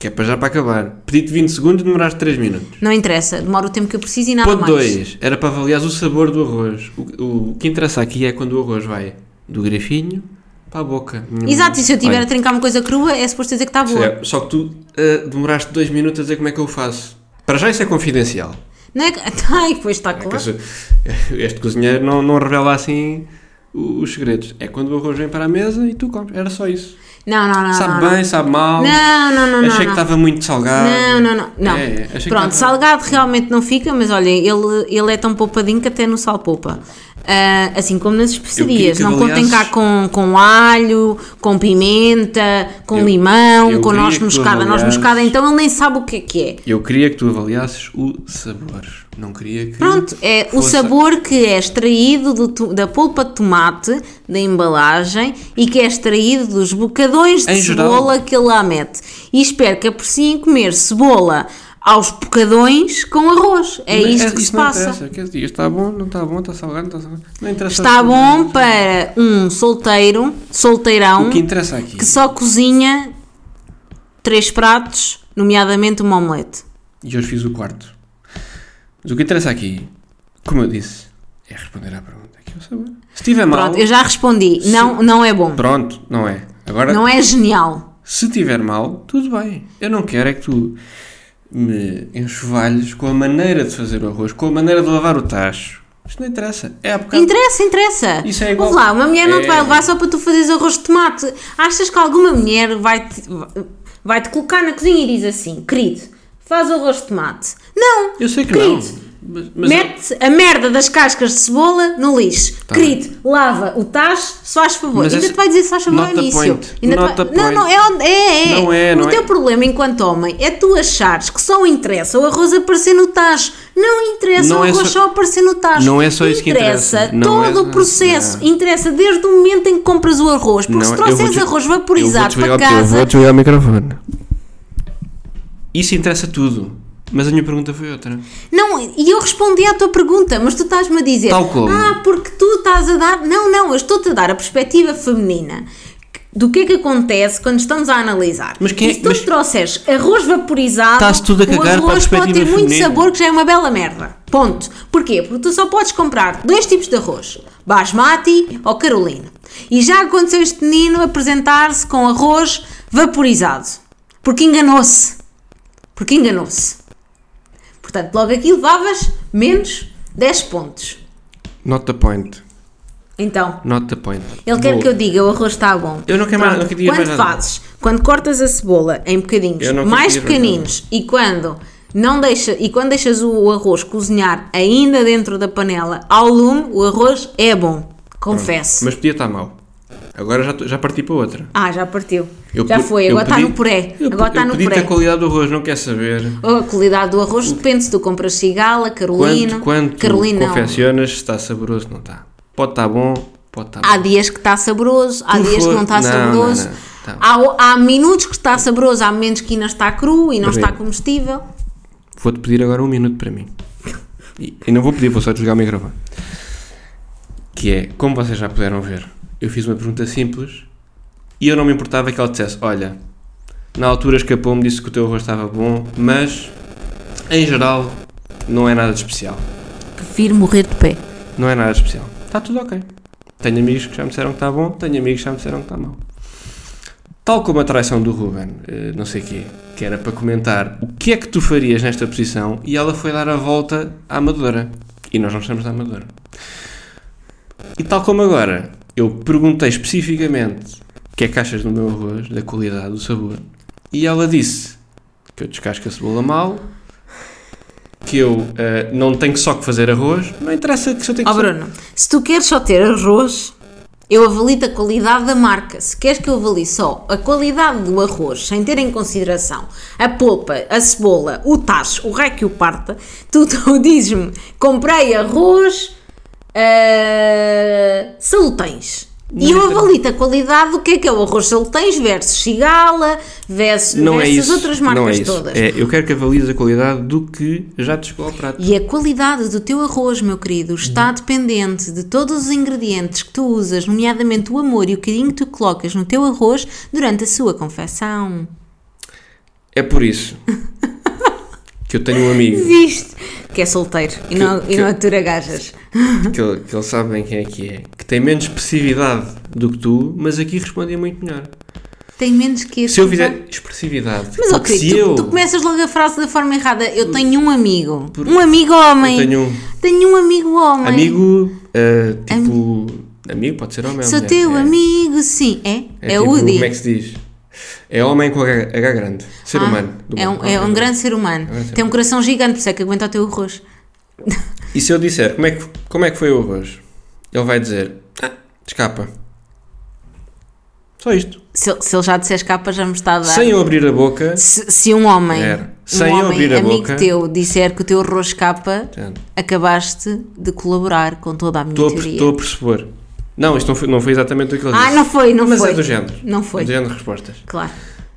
[SPEAKER 2] que é para já para acabar. Pedi-te 20 segundos e demoraste 3 minutos.
[SPEAKER 1] Não interessa. Demora o tempo que eu preciso e nada
[SPEAKER 2] Ponto
[SPEAKER 1] mais.
[SPEAKER 2] 2. Era para avaliar o sabor do arroz. O, o, que interessa aqui é quando o arroz vai do grifinho para a boca. Minha
[SPEAKER 1] Exato,
[SPEAKER 2] mãe.
[SPEAKER 1] e se eu tiver a
[SPEAKER 2] Olha,
[SPEAKER 1] trincar uma coisa crua, é suposto dizer que está boa.
[SPEAKER 2] é, Só que tu ah, demoraste 2 minutos a dizer como é que eu faço. Para já isso é confidencial.
[SPEAKER 1] Não é que. [LAUGHS] Ai, pois está
[SPEAKER 2] Que
[SPEAKER 1] claro.
[SPEAKER 2] esse- [LAUGHS] Este cozinheiro não, não revela assim o- os segredos. É quando o arroz vem para a mesa e tu comes. Era só isso.
[SPEAKER 1] Não, não, não.
[SPEAKER 2] sabe
[SPEAKER 1] não,
[SPEAKER 2] bem, sabe mal.
[SPEAKER 1] Ah. Não, não, não. não,
[SPEAKER 2] Achei que
[SPEAKER 1] não.
[SPEAKER 2] estava muito salgado.
[SPEAKER 1] Não, não, não. não.
[SPEAKER 2] É, achei que
[SPEAKER 1] Pronto,
[SPEAKER 2] estava-
[SPEAKER 1] salgado realmente não fica, mas olha, ele, ele é tão poupadinho que até no sal poupa. Ah, assim como nas especiarias.
[SPEAKER 2] que
[SPEAKER 1] Não contem cá
[SPEAKER 2] avaliasses-
[SPEAKER 1] com, com alho, com pimenta, com
[SPEAKER 2] Eu-
[SPEAKER 1] limão,
[SPEAKER 2] eu
[SPEAKER 1] com
[SPEAKER 2] queria
[SPEAKER 1] noz
[SPEAKER 2] que tu
[SPEAKER 1] moscada. Noz
[SPEAKER 2] avaliasses-
[SPEAKER 1] moscada, então ele nem sabe o que é que é.
[SPEAKER 2] Eu queria que tu avaliasses o sabor. Não queria que.
[SPEAKER 1] Pronto, é o
[SPEAKER 2] fosse-
[SPEAKER 1] sabor que é extraído do to- da polpa de tomate, da embalagem e que é extraído dos bocadões de
[SPEAKER 2] Em geral.
[SPEAKER 1] cebola que ele lá mete. E espero que apreciem comer cebola aos pocadões com arroz. É
[SPEAKER 2] Não-
[SPEAKER 1] isto que
[SPEAKER 2] isso
[SPEAKER 1] se
[SPEAKER 2] não
[SPEAKER 1] passa.
[SPEAKER 2] interessa, quer dizer, está bom, não está bom, está salgado, não está salgado. Não interessa.
[SPEAKER 1] Está bom
[SPEAKER 2] absolutamente
[SPEAKER 1] para um solteiro, solteirão,
[SPEAKER 2] O que interessa aqui.
[SPEAKER 1] que só cozinha três pratos, nomeadamente uma omelete.
[SPEAKER 2] E hoje fiz o quarto. Mas o que interessa aqui, como eu disse, é responder à pergunta. Que eu sabor. Se estiver mal,
[SPEAKER 1] Pronto, eu já respondi.
[SPEAKER 2] Sim.
[SPEAKER 1] Não, não é bom.
[SPEAKER 2] pronto, não é. Agora,
[SPEAKER 1] Não é genial.
[SPEAKER 2] se estiver mal, tudo bem. Eu não quero é que tu me enxovalhes com a maneira de fazer o arroz, com a maneira de lavar o tacho. Isto não interessa. É há bocado.
[SPEAKER 1] Interessa, interessa.
[SPEAKER 2] Isso é igual-
[SPEAKER 1] Ouve lá, uma mulher não te vai
[SPEAKER 2] É.
[SPEAKER 1] levar só para tu fazeres arroz de tomate. Achas que alguma mulher vai-te vai -te colocar na cozinha e diz assim, querido, faz o arroz de tomate. Não.
[SPEAKER 2] Eu sei que
[SPEAKER 1] Querido,
[SPEAKER 2] não. Mas, mas
[SPEAKER 1] Mete a merda das cascas de cebola no lixo.
[SPEAKER 2] Tá
[SPEAKER 1] Querido, lava o tacho, se faz favor.
[SPEAKER 2] Mas
[SPEAKER 1] Ainda
[SPEAKER 2] essa-
[SPEAKER 1] te vai dizer se faz favor ao
[SPEAKER 2] Not the
[SPEAKER 1] início.
[SPEAKER 2] point.
[SPEAKER 1] Ainda te
[SPEAKER 2] Not
[SPEAKER 1] vai-
[SPEAKER 2] the
[SPEAKER 1] Não, não,
[SPEAKER 2] point.
[SPEAKER 1] é, onde- é, é.
[SPEAKER 2] Não é,
[SPEAKER 1] o
[SPEAKER 2] não
[SPEAKER 1] teu
[SPEAKER 2] é.
[SPEAKER 1] problema enquanto homem é tu achares que só interessa o arroz aparecer no tacho. Não interessa
[SPEAKER 2] Não
[SPEAKER 1] o
[SPEAKER 2] é
[SPEAKER 1] arroz
[SPEAKER 2] só-
[SPEAKER 1] só aparecer no tacho.
[SPEAKER 2] Não é só isso que interessa. Não
[SPEAKER 1] todo
[SPEAKER 2] é-
[SPEAKER 1] o processo.
[SPEAKER 2] Não.
[SPEAKER 1] Interessa desde o momento em que compras o arroz. Porque se
[SPEAKER 2] eu
[SPEAKER 1] trouxeres
[SPEAKER 2] vou-te-
[SPEAKER 1] arroz
[SPEAKER 2] eu
[SPEAKER 1] vaporizado
[SPEAKER 2] vou-te
[SPEAKER 1] para
[SPEAKER 2] desligar o teu- eu
[SPEAKER 1] casa,
[SPEAKER 2] vou desligar o microfone. Isso interessa tudo. Mas a minha pergunta foi outra.
[SPEAKER 1] Não, e eu respondi à tua pergunta, mas tu estás-me a dizer.
[SPEAKER 2] Tal como.
[SPEAKER 1] Ah, porque tu estás a dar. Não, não, eu estou-te a dar a perspectiva feminina do que é que acontece quando estamos a analisar.
[SPEAKER 2] Mas quem é-
[SPEAKER 1] E se tu
[SPEAKER 2] mas-
[SPEAKER 1] me trouxeres arroz vaporizado,
[SPEAKER 2] Está-se tudo a cagar para a
[SPEAKER 1] o arroz pode ter
[SPEAKER 2] perspectiva
[SPEAKER 1] muito
[SPEAKER 2] feminina.
[SPEAKER 1] sabor que já é uma bela merda. Ponto. Porquê? Porque tu só podes comprar dois tipos de arroz: basmati ou carolina. E já aconteceu este menino apresentar-se com arroz vaporizado. Porque enganou-se. Porque enganou-se. Portanto, logo aqui levavas menos 10 pontos.
[SPEAKER 2] Not the point.
[SPEAKER 1] Então,
[SPEAKER 2] Not the point.
[SPEAKER 1] ele quer
[SPEAKER 2] Boa.
[SPEAKER 1] que eu diga o arroz está bom.
[SPEAKER 2] Eu não quero mais-
[SPEAKER 1] Pronto,
[SPEAKER 2] não quero dizer
[SPEAKER 1] Quando
[SPEAKER 2] mais nada.
[SPEAKER 1] fazes, quando cortas a cebola em bocadinhos
[SPEAKER 2] Eu não quero
[SPEAKER 1] mais
[SPEAKER 2] dizer mais
[SPEAKER 1] pequeninos e quando não deixa e quando deixas o arroz cozinhar ainda dentro da panela ao lume, o arroz é bom. Confesso.
[SPEAKER 2] Mas podia estar mal. Agora já, tô- já parti para outra.
[SPEAKER 1] Ah, já partiu.
[SPEAKER 2] Eu
[SPEAKER 1] já
[SPEAKER 2] pe-
[SPEAKER 1] foi,
[SPEAKER 2] eu
[SPEAKER 1] agora está
[SPEAKER 2] pedi-
[SPEAKER 1] no puré.
[SPEAKER 2] eu pe-
[SPEAKER 1] Agora está
[SPEAKER 2] eu
[SPEAKER 1] no
[SPEAKER 2] pedi-te
[SPEAKER 1] puré. Oh,
[SPEAKER 2] a qualidade do arroz, não quer saber.
[SPEAKER 1] A qualidade do arroz depende se tu compras cigala, carolina,
[SPEAKER 2] Quanto, quanto
[SPEAKER 1] carolina não.
[SPEAKER 2] confeccionas, se está saboroso, não está. Pode estar bom, pode estar
[SPEAKER 1] Há
[SPEAKER 2] bom.
[SPEAKER 1] dias que está saboroso, há
[SPEAKER 2] Tu
[SPEAKER 1] dias
[SPEAKER 2] for-
[SPEAKER 1] que não está
[SPEAKER 2] não,
[SPEAKER 1] saboroso.
[SPEAKER 2] não, tá. não,
[SPEAKER 1] Há, há minutos que está saboroso, há momentos que ainda está cru e não
[SPEAKER 2] Maria.
[SPEAKER 1] está comestível.
[SPEAKER 2] Vou-te pedir agora um minuto para mim. E, e não vou pedir, vou só desligar o microfone. Que é, como vocês já puderam ver, eu fiz uma pergunta simples e eu não me importava que ela dissesse: Olha, na altura escapou-me, disse que o teu arroz estava bom, mas em geral não é nada de especial.
[SPEAKER 1] Prefiro morrer de pé.
[SPEAKER 2] Não é nada de especial. Está tudo ok. Tenho amigos que já me disseram que está bom, tenho amigos que já me disseram que está mau. Tal como a traição do Ruben, eh, não sei quê, que era para comentar o que é que tu farias nesta posição e ela foi dar a volta à Amadora. E nós não estamos da Amadora. E tal como agora, eu perguntei especificamente o que é que achas do meu arroz, da qualidade, do sabor, e ela disse que eu descasco a cebola mal, que eu eh, não tenho só que fazer arroz, não interessa que se eu tenho que
[SPEAKER 1] Ó Oh, Bruno, se tu queres só ter arroz, eu avalio a qualidade da marca. Se queres que eu avalie só a qualidade do arroz, sem ter em consideração a polpa, a cebola, o tacho, o raio que o parta, tu, [LAUGHS] tu dizes-me, comprei arroz, ah, salutens. E eu
[SPEAKER 2] Não é
[SPEAKER 1] avalio a qualidade do que é que é o arroz salutens versus cigala, versus,
[SPEAKER 2] não é
[SPEAKER 1] versus
[SPEAKER 2] isso.
[SPEAKER 1] outras marcas
[SPEAKER 2] não é isso.
[SPEAKER 1] todas.
[SPEAKER 2] É, eu quero que avalies a qualidade do que já te chegou ao prato.
[SPEAKER 1] E a qualidade do teu arroz, meu querido,
[SPEAKER 2] Uhum.
[SPEAKER 1] está dependente de todos os ingredientes que tu usas, nomeadamente o amor e o carinho que tu colocas no teu arroz durante a sua confecção.
[SPEAKER 2] É por isso
[SPEAKER 1] [LAUGHS]
[SPEAKER 2] que eu tenho um amigo
[SPEAKER 1] Existe! Que é solteiro e não, e
[SPEAKER 2] que-
[SPEAKER 1] não atura gajas.
[SPEAKER 2] que ele, que ele sabe bem quem é que é, que tem menos expressividade do que tu, mas aqui responde muito melhor.
[SPEAKER 1] Tem menos que este.
[SPEAKER 2] Se eu fizer expressividade,
[SPEAKER 1] Uhum. Mas, ó
[SPEAKER 2] porque se
[SPEAKER 1] querido, tu,
[SPEAKER 2] eu, Hum.
[SPEAKER 1] tu começas logo a frase da forma errada. Eu tenho um amigo.
[SPEAKER 2] Por-
[SPEAKER 1] Um amigo homem.
[SPEAKER 2] eu tenho um
[SPEAKER 1] Tenho um amigo homem.
[SPEAKER 2] amigo, ah, tipo, amigo pode ser homem ou
[SPEAKER 1] Sou
[SPEAKER 2] mulher,
[SPEAKER 1] teu
[SPEAKER 2] é,
[SPEAKER 1] amigo, sim. É? É,
[SPEAKER 2] tipo,
[SPEAKER 1] o Udi.
[SPEAKER 2] Como é que se diz? É homem com H, H grande, ser
[SPEAKER 1] Ah,
[SPEAKER 2] humano. do
[SPEAKER 1] é
[SPEAKER 2] bom,
[SPEAKER 1] um, é um
[SPEAKER 2] ok.
[SPEAKER 1] grande ser humano.
[SPEAKER 2] grande ser
[SPEAKER 1] Tem um coração gigante, por isso é que aguenta o teu arroz.
[SPEAKER 2] E se eu disser como é que, como é que foi o arroz? Ele vai dizer ah, escapa. Só isto.
[SPEAKER 1] Se, ele- se ele já dissesse capa, já me está a dar.
[SPEAKER 2] Sem eu abrir a boca.
[SPEAKER 1] Se, se um homem,
[SPEAKER 2] Era.
[SPEAKER 1] um
[SPEAKER 2] Sem
[SPEAKER 1] homem
[SPEAKER 2] abrir a
[SPEAKER 1] amigo
[SPEAKER 2] boca.
[SPEAKER 1] teu disser que o teu arroz capa,
[SPEAKER 2] Portanto,
[SPEAKER 1] acabaste de colaborar com toda a minha
[SPEAKER 2] Estou a, per-
[SPEAKER 1] teoria.
[SPEAKER 2] estou a perceber. Não, isto não foi, não foi exatamente o que ele
[SPEAKER 1] Ah,
[SPEAKER 2] disse.
[SPEAKER 1] não foi, não
[SPEAKER 2] Mas
[SPEAKER 1] foi.
[SPEAKER 2] é do género.
[SPEAKER 1] Não foi.
[SPEAKER 2] Do género de respostas.
[SPEAKER 1] Claro.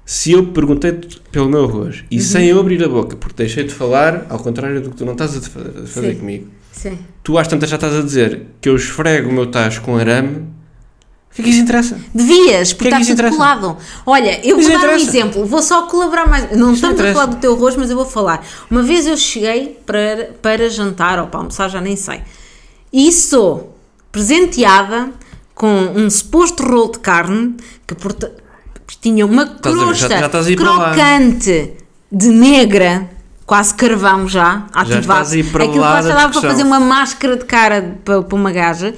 [SPEAKER 2] Se eu perguntei pelo meu arroz
[SPEAKER 1] Uhum.
[SPEAKER 2] e sem eu abrir a boca, porque deixei de falar, ao contrário do que tu não estás a fa- a fazer
[SPEAKER 1] Sim.
[SPEAKER 2] comigo,
[SPEAKER 1] Sim.
[SPEAKER 2] tu às tantas já estás a dizer que eu esfrego o meu tacho com arame, o que é que isso interessa?
[SPEAKER 1] Devias,
[SPEAKER 2] Que
[SPEAKER 1] porque
[SPEAKER 2] é que
[SPEAKER 1] está
[SPEAKER 2] isso
[SPEAKER 1] tudo
[SPEAKER 2] interessa?
[SPEAKER 1] colado. Olha, eu
[SPEAKER 2] Isso
[SPEAKER 1] vou dar um
[SPEAKER 2] interessa.
[SPEAKER 1] exemplo, vou só colaborar mais. Não
[SPEAKER 2] Isso não
[SPEAKER 1] estamos a
[SPEAKER 2] interessa.
[SPEAKER 1] falar do teu arroz, mas eu vou falar. Uma vez eu cheguei para, para jantar ou para almoçar, já nem sei, e sou presenteada com um suposto rolo de carne que, porta- que tinha uma
[SPEAKER 2] a ver, já-
[SPEAKER 1] crosta
[SPEAKER 2] já estás a ir para lá.
[SPEAKER 1] crocante de negra. Quase carvão já, ativado.
[SPEAKER 2] estás a ir para
[SPEAKER 1] Aquilo
[SPEAKER 2] lá
[SPEAKER 1] quase
[SPEAKER 2] da
[SPEAKER 1] já dava para
[SPEAKER 2] discussão.
[SPEAKER 1] fazer uma máscara de cara de- para, para uma gaja.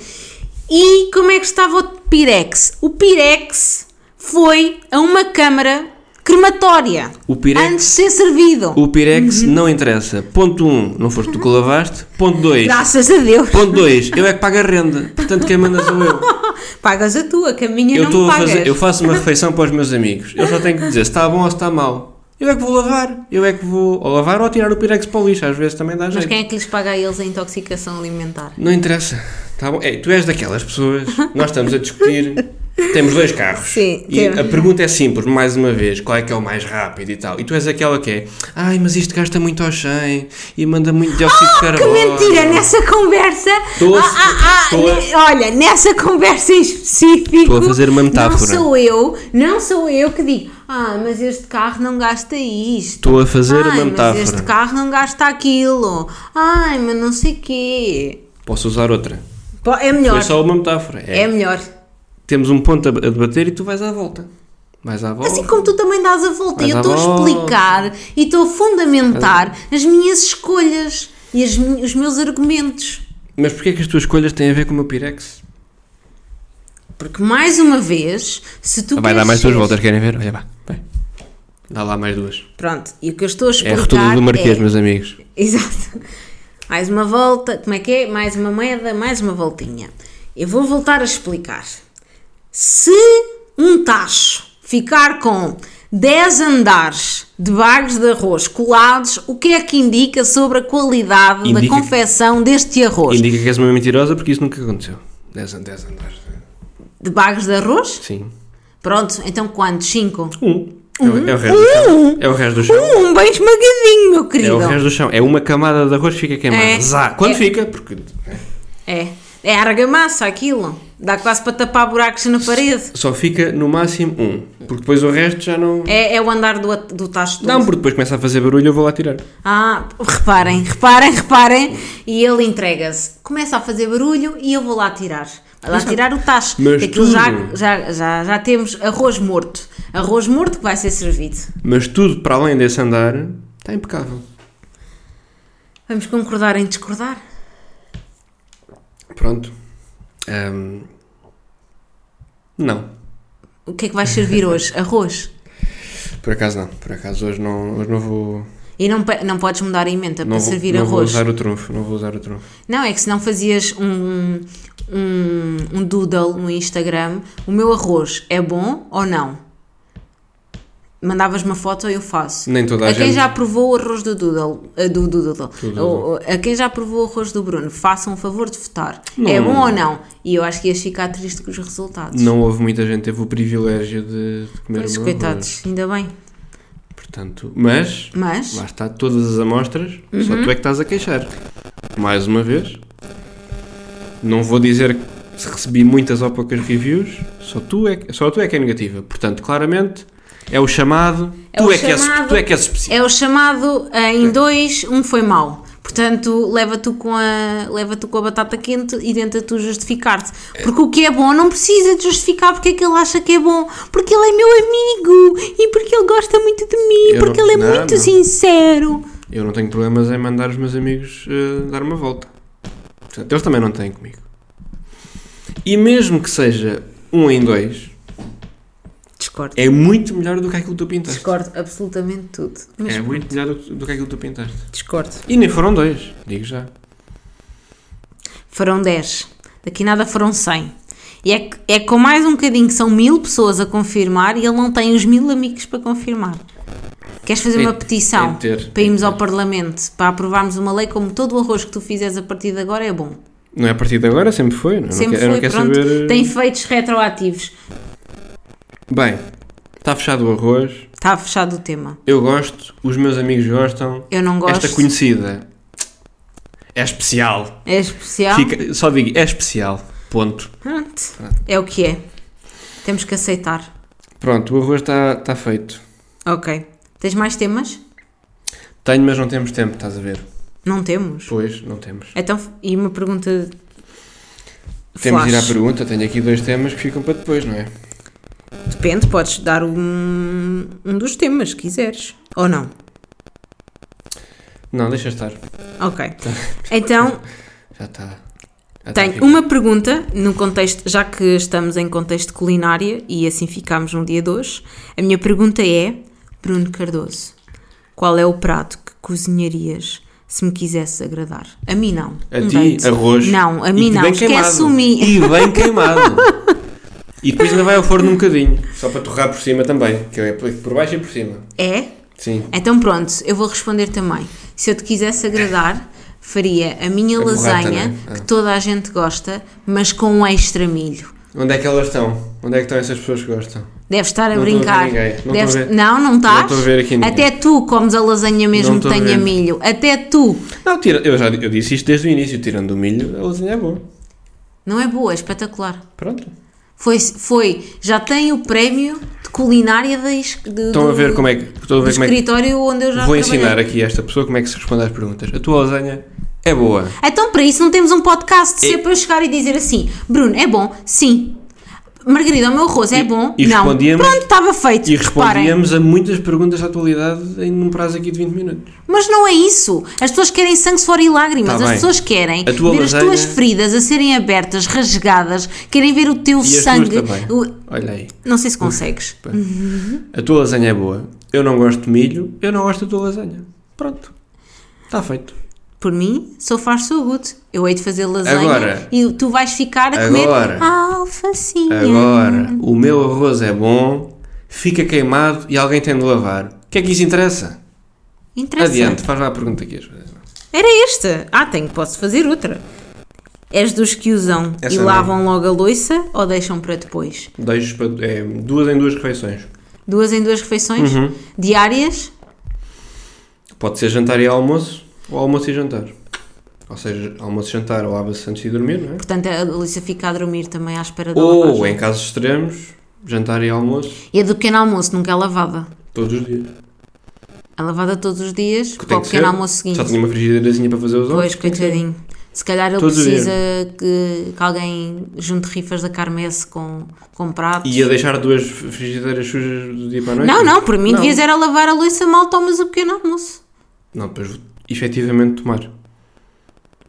[SPEAKER 1] E como é que estava o Pirex? O Pirex foi a uma câmara crematória.
[SPEAKER 2] O Pirex-
[SPEAKER 1] Antes de ser servido.
[SPEAKER 2] O Pirex
[SPEAKER 1] Uhum.
[SPEAKER 2] não interessa. Ponto 1, um, não foste tu que o lavaste. Ponto 2,
[SPEAKER 1] Graças a Deus.
[SPEAKER 2] ponto 2, eu é que pago a renda. Portanto, quem manda sou eu.
[SPEAKER 1] [LAUGHS] Pagas a tua, que a minha
[SPEAKER 2] Eu,
[SPEAKER 1] não
[SPEAKER 2] estou
[SPEAKER 1] me
[SPEAKER 2] a
[SPEAKER 1] pagas.
[SPEAKER 2] fazer, eu faço uma refeição para os meus amigos. Eu só tenho que dizer se está bom ou se está mau. Eu é que vou lavar. Eu é que vou ou lavar ou tirar o Pirex para o lixo. Às vezes também dá
[SPEAKER 1] Mas
[SPEAKER 2] jeito.
[SPEAKER 1] quem é que lhes paga a eles a intoxicação alimentar?
[SPEAKER 2] Não interessa. Tá bom. Ei, tu és daquelas pessoas, nós estamos a discutir, temos dois carros.
[SPEAKER 1] Sim,
[SPEAKER 2] e
[SPEAKER 1] temos.
[SPEAKER 2] a pergunta é simples, mais uma vez, qual é que é o mais rápido e tal. E tu és aquela que é, ai, mas isto gasta muito ao 100 e manda muito dióxido de
[SPEAKER 1] Ah, Que
[SPEAKER 2] carbono.
[SPEAKER 1] mentira, nessa conversa.
[SPEAKER 2] Tô a-
[SPEAKER 1] Ah, ah, ah,
[SPEAKER 2] tô a-
[SPEAKER 1] ne- Olha, nessa conversa em específico.
[SPEAKER 2] Tô a fazer uma metáfora.
[SPEAKER 1] Não sou eu, não sou eu que digo, ah, mas este carro não gasta isto.
[SPEAKER 2] Estou a fazer
[SPEAKER 1] Ai,
[SPEAKER 2] uma metáfora.
[SPEAKER 1] Mas este carro não gasta aquilo. Ai, mas não sei quê.
[SPEAKER 2] Posso usar outra.
[SPEAKER 1] Pô, É melhor.
[SPEAKER 2] Foi só uma metáfora. É,
[SPEAKER 1] É melhor.
[SPEAKER 2] Temos um ponto a a debater e tu vais à volta. Vais à volta.
[SPEAKER 1] Assim como tu também dás a volta,
[SPEAKER 2] Mas
[SPEAKER 1] eu
[SPEAKER 2] à
[SPEAKER 1] estou a
[SPEAKER 2] volta.
[SPEAKER 1] explicar e estou a fundamentar as minhas escolhas e as mi- os meus argumentos.
[SPEAKER 2] Mas porquê é que as tuas escolhas têm a ver com o meu Pirex?
[SPEAKER 1] Porque mais uma vez, se tu
[SPEAKER 2] Vai dar mais duas
[SPEAKER 1] cresceres-
[SPEAKER 2] voltas, querem ver? Olha, vá. Vai. Dá lá mais duas.
[SPEAKER 1] Pronto, e o que eu estou a
[SPEAKER 2] É a
[SPEAKER 1] explicar
[SPEAKER 2] rotula do Marquês,
[SPEAKER 1] é-
[SPEAKER 2] meus amigos.
[SPEAKER 1] [LAUGHS] Exato. Mais uma volta, como é que é? Mais uma moeda, mais uma voltinha. Eu vou voltar a explicar. Se um tacho ficar com 10 andares de bagos de arroz colados, o que é que indica sobre a qualidade da
[SPEAKER 2] Indica-
[SPEAKER 1] confecção deste arroz?
[SPEAKER 2] Indica que és uma mentirosa porque isso nunca aconteceu. 10 10 andares.
[SPEAKER 1] De bagos de arroz?
[SPEAKER 2] Sim.
[SPEAKER 1] Pronto, então quantos? 5?
[SPEAKER 2] Um. É o, é o resto do chão. É o resto do chão.
[SPEAKER 1] Um bem esmagadinho, meu
[SPEAKER 2] É o
[SPEAKER 1] querido.
[SPEAKER 2] resto do chão. É uma camada de arroz que fica queimada.
[SPEAKER 1] É.
[SPEAKER 2] Zá. Quando
[SPEAKER 1] É.
[SPEAKER 2] fica? Porque
[SPEAKER 1] É. É argamassa aquilo. Dá quase para tapar buracos na parede.
[SPEAKER 2] só fica no máximo um. Porque depois o resto já não.
[SPEAKER 1] É, é o andar do, at- do tacho todo.
[SPEAKER 2] Não, porque depois começa a fazer barulho eu vou lá tirar.
[SPEAKER 1] Ah, reparem, reparem, reparem. E ele entrega-se. Começa a fazer barulho e eu vou lá tirar. Vai lá tirar o tacho.
[SPEAKER 2] Mas
[SPEAKER 1] Que aquilo já,
[SPEAKER 2] tudo.
[SPEAKER 1] já, já, já temos arroz morto. Arroz morto que vai ser servido.
[SPEAKER 2] Mas tudo para além desse andar está impecável.
[SPEAKER 1] Vamos concordar em discordar?
[SPEAKER 2] Pronto. Ahm, Não.
[SPEAKER 1] O que é que vais servir
[SPEAKER 2] [LAUGHS]
[SPEAKER 1] hoje? Arroz.
[SPEAKER 2] Por acaso não. Por acaso hoje não, hoje não vou.
[SPEAKER 1] E não, pe- não podes mudar a emenda
[SPEAKER 2] Não,
[SPEAKER 1] para
[SPEAKER 2] vou,
[SPEAKER 1] servir
[SPEAKER 2] não vou
[SPEAKER 1] arroz.
[SPEAKER 2] usar o trunfo. Não vou usar o trunfo.
[SPEAKER 1] Não, é que se não fazias um, um, um doodle no Instagram, o meu arroz é bom ou não? Mandavas uma foto eu faço.
[SPEAKER 2] Nem toda a,
[SPEAKER 1] a quem
[SPEAKER 2] gente.
[SPEAKER 1] já provou o arroz do doodle, eh, do, do doodle,
[SPEAKER 2] doodle.
[SPEAKER 1] ou- ou- a quem já provou o arroz do Bruno, façam o favor de votar.
[SPEAKER 2] Não.
[SPEAKER 1] É bom ou não? E eu acho que ias ficar triste com os resultados.
[SPEAKER 2] Não houve muita gente que teve o privilégio de, de comer
[SPEAKER 1] Pois,
[SPEAKER 2] o meu
[SPEAKER 1] coitados, ainda bem.
[SPEAKER 2] arroz. Portanto, mas,
[SPEAKER 1] Mas,
[SPEAKER 2] lá está todas as amostras, só
[SPEAKER 1] Uhum.
[SPEAKER 2] tu é que estás a queixar. Mais uma vez, não vou dizer se recebi muitas ou poucas reviews, só tu é, que- só tu é que é negativa. Portanto, claramente, é o chamado,
[SPEAKER 1] É
[SPEAKER 2] tu,
[SPEAKER 1] o
[SPEAKER 2] é que és,
[SPEAKER 1] chamado-
[SPEAKER 2] tu é que és especial.
[SPEAKER 1] é o chamado eh, em dois, um foi mau. Portanto, leva-te com, a- leva-tu com a batata quente e tenta tu justificar-te. Porque o que é bom não precisa de justificar porque é que ele acha que é bom. Porque ele é meu amigo e porque ele gosta muito de mim,
[SPEAKER 2] Eu
[SPEAKER 1] porque
[SPEAKER 2] não-
[SPEAKER 1] ele é
[SPEAKER 2] não,
[SPEAKER 1] muito
[SPEAKER 2] não.
[SPEAKER 1] sincero.
[SPEAKER 2] Eu não tenho problemas em mandar os meus amigos eh, dar uma volta. Portanto, eles também não têm comigo. E mesmo que seja um em dois,
[SPEAKER 1] Discordo.
[SPEAKER 2] é muito melhor do que aquilo que tu pintaste.
[SPEAKER 1] Discordo absolutamente tudo. Mas
[SPEAKER 2] É muito melhor do, do que aquilo que tu pintaste.
[SPEAKER 1] discordo.
[SPEAKER 2] E nem foram dois, digo já.
[SPEAKER 1] Foram 10. Daqui nada foram 100. E é, que- é com mais um bocadinho que são mil pessoas a confirmar e ele não tem os mil amigos para confirmar. Queres fazer uma
[SPEAKER 2] Tem-
[SPEAKER 1] petição
[SPEAKER 2] tem de ter,
[SPEAKER 1] para
[SPEAKER 2] tem
[SPEAKER 1] irmos
[SPEAKER 2] de
[SPEAKER 1] ao
[SPEAKER 2] ter.
[SPEAKER 1] Parlamento para aprovarmos uma lei como todo o arroz que tu fizeres a partir de agora é bom?
[SPEAKER 2] Não é a partir de agora, sempre foi. Não? é? Eu
[SPEAKER 1] Sempre
[SPEAKER 2] não
[SPEAKER 1] foi,
[SPEAKER 2] quero, eh,
[SPEAKER 1] pronto.
[SPEAKER 2] Eu não quero saber. eh,
[SPEAKER 1] Tem feitos retroativos.
[SPEAKER 2] Bem, está fechado o arroz.
[SPEAKER 1] Está fechado o tema.
[SPEAKER 2] Eu gosto, os meus amigos gostam.
[SPEAKER 1] Eu não gosto.
[SPEAKER 2] Esta conhecida é especial.
[SPEAKER 1] É especial.
[SPEAKER 2] Fica- só digo, é especial. Ponto.
[SPEAKER 1] Pronto. É o que é. Temos que aceitar.
[SPEAKER 2] Pronto, o arroz está está feito.
[SPEAKER 1] Ok. Tens mais temas?
[SPEAKER 2] Tenho, mas não temos tempo, estás a ver?
[SPEAKER 1] Não temos.
[SPEAKER 2] Pois, não temos.
[SPEAKER 1] Então, e uma pergunta.
[SPEAKER 2] Temos de ir à
[SPEAKER 1] flash.
[SPEAKER 2] pergunta, tenho aqui dois temas que ficam para depois, não é?
[SPEAKER 1] Depende, podes dar um, um dos temas que quiseres. Ou não.
[SPEAKER 2] Não, deixa estar. [LAUGHS]
[SPEAKER 1] Ok. Então,
[SPEAKER 2] Já está. Já tá a
[SPEAKER 1] tenho
[SPEAKER 2] ficar.
[SPEAKER 1] uma pergunta no contexto, já que estamos em contexto culinária e assim ficámos no dia de hoje. A minha pergunta é, Bruno Cardoso, qual é o prato que cozinharias se me quisesse agradar? A mim não.
[SPEAKER 2] A
[SPEAKER 1] Um
[SPEAKER 2] ti,
[SPEAKER 1] date.
[SPEAKER 2] arroz.
[SPEAKER 1] Não, a
[SPEAKER 2] e
[SPEAKER 1] mim
[SPEAKER 2] que
[SPEAKER 1] não.
[SPEAKER 2] bem
[SPEAKER 1] Esquece
[SPEAKER 2] queimado.
[SPEAKER 1] o mim.
[SPEAKER 2] E bem queimado. [LAUGHS] e depois ainda vai ao forno um bocadinho. Só para torrar por cima também. Que eu é por baixo e por cima.
[SPEAKER 1] [LAUGHS] É?
[SPEAKER 2] Sim.
[SPEAKER 1] Então pronto, eu vou responder também. Se eu te quisesse agradar, faria a minha
[SPEAKER 2] A borrata,
[SPEAKER 1] lasanha,
[SPEAKER 2] né? Ah.
[SPEAKER 1] que toda a gente gosta, mas com um extra milho.
[SPEAKER 2] Onde é que elas estão? Onde é que estão essas pessoas que gostam?
[SPEAKER 1] Deves estar a
[SPEAKER 2] Não estou a
[SPEAKER 1] brincar.
[SPEAKER 2] ver ninguém, não
[SPEAKER 1] Deves-
[SPEAKER 2] estou a ver-
[SPEAKER 1] Não, não estás?
[SPEAKER 2] não estou a ver aqui ninguém.
[SPEAKER 1] Até tu comes a lasanha mesmo
[SPEAKER 2] Não
[SPEAKER 1] que
[SPEAKER 2] estou a
[SPEAKER 1] tenha
[SPEAKER 2] ver.
[SPEAKER 1] milho. Até tu.
[SPEAKER 2] Não, tira, eu já eu disse isto desde o início. Tirando o milho, a lasanha é boa.
[SPEAKER 1] Não é boa, é espetacular.
[SPEAKER 2] Pronto.
[SPEAKER 1] Foi, foi, já tem o prémio de culinária da is- de-
[SPEAKER 2] Estão a
[SPEAKER 1] do-
[SPEAKER 2] ver como é que... Estão a
[SPEAKER 1] do
[SPEAKER 2] ver como é que...
[SPEAKER 1] escritório onde eu já
[SPEAKER 2] Vou
[SPEAKER 1] trabalhei.
[SPEAKER 2] ensinar aqui a esta pessoa como é que se responde às perguntas. A tua lasanha é boa.
[SPEAKER 1] Então, para isso, não temos um podcast. Se
[SPEAKER 2] E-
[SPEAKER 1] é para eu chegar e dizer assim: Bruno, é bom? Sim. Margarida, o meu arroz é bom?
[SPEAKER 2] e
[SPEAKER 1] não.
[SPEAKER 2] respondíamos-
[SPEAKER 1] Pronto, estava feito.
[SPEAKER 2] E
[SPEAKER 1] reparem.
[SPEAKER 2] respondíamos a muitas perguntas da atualidade em um prazo aqui de 20 minutos.
[SPEAKER 1] Mas não é isso. As pessoas querem sangue, suor e lágrimas.
[SPEAKER 2] Tá
[SPEAKER 1] as
[SPEAKER 2] bem.
[SPEAKER 1] pessoas querem
[SPEAKER 2] A tua
[SPEAKER 1] ver
[SPEAKER 2] lasanha-
[SPEAKER 1] as tuas feridas a serem abertas, rasgadas. Querem ver o teu
[SPEAKER 2] E as
[SPEAKER 1] sangue.
[SPEAKER 2] tuas também.
[SPEAKER 1] o-
[SPEAKER 2] Olha aí.
[SPEAKER 1] Não sei se consegues.
[SPEAKER 2] Pá. A tua lasanha é boa. Eu não gosto de milho. Eu não gosto da tua lasanha. Pronto. Está feito.
[SPEAKER 1] Por mim, sou far so good. Eu hei de fazer lasanha
[SPEAKER 2] Agora.
[SPEAKER 1] e tu vais ficar a
[SPEAKER 2] Agora.
[SPEAKER 1] comer alfacinha.
[SPEAKER 2] Agora, o meu arroz é bom, fica queimado e alguém tem de lavar. O que é que isso interessa?
[SPEAKER 1] Interessante.
[SPEAKER 2] Adiante, faz lá a pergunta que ias fazer.
[SPEAKER 1] Era esta. Ah, tenho, posso fazer outra. És dos que usam
[SPEAKER 2] Essa
[SPEAKER 1] e
[SPEAKER 2] é não.
[SPEAKER 1] lavam logo a louça ou deixam para depois?
[SPEAKER 2] Dois pa- é, duas em duas refeições.
[SPEAKER 1] Duas em duas refeições?
[SPEAKER 2] Uhum.
[SPEAKER 1] Diárias?
[SPEAKER 2] Pode ser jantar e almoço, ou almoço e jantar. Ou seja, almoço e jantar lava-se antes de dormir, não é?
[SPEAKER 1] Portanto, a Luísa fica a dormir também à espera da
[SPEAKER 2] Ou,
[SPEAKER 1] lavagem.
[SPEAKER 2] em casos extremos, jantar e almoço
[SPEAKER 1] E a do pequeno almoço nunca é lavada.
[SPEAKER 2] todos os dias.
[SPEAKER 1] É lavada todos os dias
[SPEAKER 2] Que
[SPEAKER 1] para
[SPEAKER 2] tem
[SPEAKER 1] o
[SPEAKER 2] que
[SPEAKER 1] pequeno
[SPEAKER 2] ser.
[SPEAKER 1] almoço seguinte.
[SPEAKER 2] Só tinha uma frigideirazinha para fazer os
[SPEAKER 1] Pois,
[SPEAKER 2] ovos.
[SPEAKER 1] coitadinho. Se calhar ele
[SPEAKER 2] Todos os dias.
[SPEAKER 1] precisa que, que alguém junte rifas da Carmesse com, com pratos.
[SPEAKER 2] E a deixar duas frigideiras sujas do dia para a noite?
[SPEAKER 1] Não, não, por mim
[SPEAKER 2] Não.
[SPEAKER 1] devias era lavar a louça mal tomas o pequeno almoço.
[SPEAKER 2] Não, depois vou efetivamente tomar.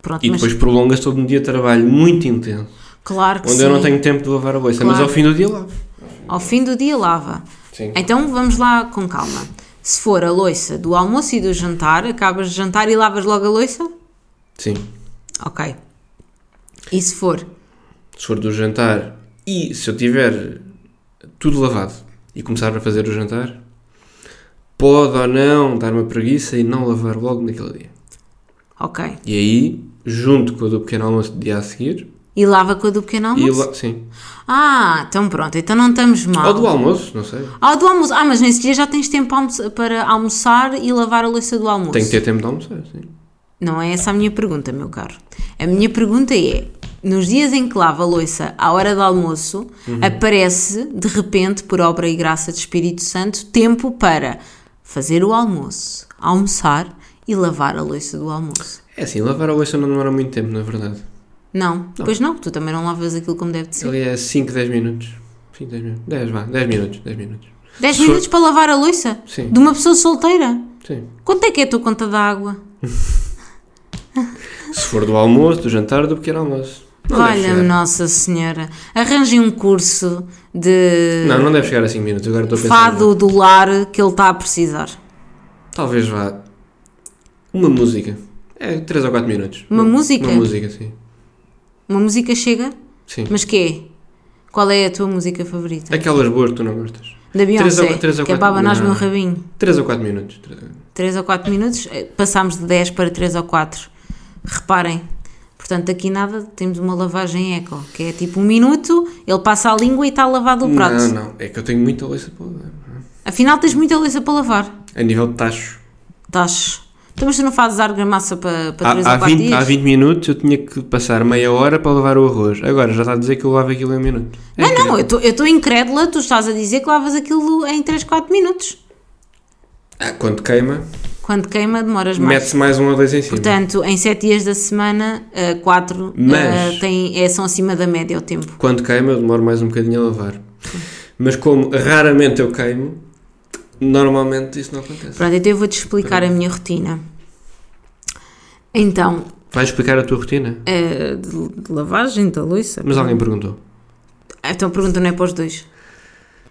[SPEAKER 1] Pronto,
[SPEAKER 2] E
[SPEAKER 1] mas
[SPEAKER 2] depois prolongas todo um dia de trabalho muito intenso,
[SPEAKER 1] claro que
[SPEAKER 2] onde
[SPEAKER 1] sim.
[SPEAKER 2] eu não tenho tempo de lavar a louça, mas
[SPEAKER 1] Claro.
[SPEAKER 2] ao fim do dia lavo.
[SPEAKER 1] Ao fim do dia lava.
[SPEAKER 2] Sim.
[SPEAKER 1] Então vamos lá com calma. Se for a loiça do almoço e do jantar, acabas de jantar e lavas logo a loiça?
[SPEAKER 2] Sim.
[SPEAKER 1] Ok. E se for?
[SPEAKER 2] Se for do jantar e se eu tiver tudo lavado e começar a fazer o jantar, pode ou não dar uma preguiça e não lavar logo naquele dia.
[SPEAKER 1] Ok.
[SPEAKER 2] E aí, junto com o do pequeno almoço do dia a seguir,
[SPEAKER 1] E lava com a do pequeno almoço?
[SPEAKER 2] e la- sim.
[SPEAKER 1] Ah, então pronto, então não estamos mal.
[SPEAKER 2] Ou do almoço, não sei.
[SPEAKER 1] Ah, do almoço. Ah, mas nesse dia já tens tempo para almoçar, para almoçar e lavar a louça do almoço.
[SPEAKER 2] Tenho que ter tempo de almoçar, sim.
[SPEAKER 1] Não é essa a minha pergunta, meu caro. A minha pergunta é: nos dias em que lava a louça à hora do almoço,
[SPEAKER 2] Uhum.
[SPEAKER 1] aparece de repente, por obra e graça do Espírito Santo, tempo para fazer o almoço, almoçar e lavar a louça do almoço?
[SPEAKER 2] É assim, lavar a louça não demora muito tempo, na verdade.
[SPEAKER 1] Não, pois não, tu também não lavas aquilo como deve de ser.
[SPEAKER 2] Ali é 5, 10 minutos. 5, 10 minutos. 10, vá. 10 minutos. 10 minutos.
[SPEAKER 1] 10
[SPEAKER 2] Se for-
[SPEAKER 1] minutos para lavar a louça?
[SPEAKER 2] Sim.
[SPEAKER 1] De uma pessoa solteira?
[SPEAKER 2] Sim.
[SPEAKER 1] Quanto é que é a tua conta de água?
[SPEAKER 2] Se for do almoço, do jantar, do pequeno almoço. Não deve
[SPEAKER 1] Olha-me,
[SPEAKER 2] chegar.
[SPEAKER 1] Nossa Senhora, arranjem um curso de
[SPEAKER 2] Não, não deve chegar a 5 minutos. Agora estou a pensar.
[SPEAKER 1] fado do lar que ele está a precisar.
[SPEAKER 2] Talvez vá. Uma música. É 3 ou 4 minutos.
[SPEAKER 1] Uma
[SPEAKER 2] Uma
[SPEAKER 1] música?
[SPEAKER 2] Uma música, sim.
[SPEAKER 1] Uma música chega,
[SPEAKER 2] Sim.
[SPEAKER 1] mas quê? Qual é a tua música favorita?
[SPEAKER 2] Aquelas boas que tu não gostas.
[SPEAKER 1] Da Beyoncé,
[SPEAKER 2] Três ou- três ou
[SPEAKER 1] que é
[SPEAKER 2] quatro-
[SPEAKER 1] Babanás
[SPEAKER 2] não.
[SPEAKER 1] Meu Rabinho.
[SPEAKER 2] 3 ou 4 minutos. Três ou-
[SPEAKER 1] 3 ou 4 minutos, eh, passámos de 10 para 3 ou 4. Reparem, portanto, aqui nada, temos uma lavagem eco, que é tipo um minuto, ele passa a língua e está lavado o prato.
[SPEAKER 2] Não, não. É que eu tenho muita louça para lavar. não é?
[SPEAKER 1] Afinal, tens muita louça para lavar.
[SPEAKER 2] A nível de tacho.
[SPEAKER 1] Estás. Então, mas tu não fazes argamassa para, para 3
[SPEAKER 2] Há, há,
[SPEAKER 1] ou 4
[SPEAKER 2] 20, há
[SPEAKER 1] dias?
[SPEAKER 2] 20 minutos eu tinha que passar meia hora para lavar o arroz. Agora já está a dizer que eu lavo aquilo em um minuto. É
[SPEAKER 1] Não,
[SPEAKER 2] incrível.
[SPEAKER 1] Ah, não, eu estou incrédula, tu estás a dizer que lavas aquilo em 3, 4 minutos.
[SPEAKER 2] Ah, quando queima,
[SPEAKER 1] Quando queima, demoras mais.
[SPEAKER 2] mete-se mais um ou dois em cima.
[SPEAKER 1] Portanto, em 7 dias da semana, eh, 4
[SPEAKER 2] Mas-
[SPEAKER 1] é, são acima da média o tempo.
[SPEAKER 2] Quando queima, eu demoro mais um bocadinho a lavar. Mas como raramente eu queimo, normalmente isso não acontece.
[SPEAKER 1] Pronto, então eu vou-te explicar a minha rotina. Então,
[SPEAKER 2] Vais explicar a tua rotina?
[SPEAKER 1] eh, de, de lavagem da louça.
[SPEAKER 2] Mas alguém perguntou.
[SPEAKER 1] Ah, Então a pergunta não é para os dois.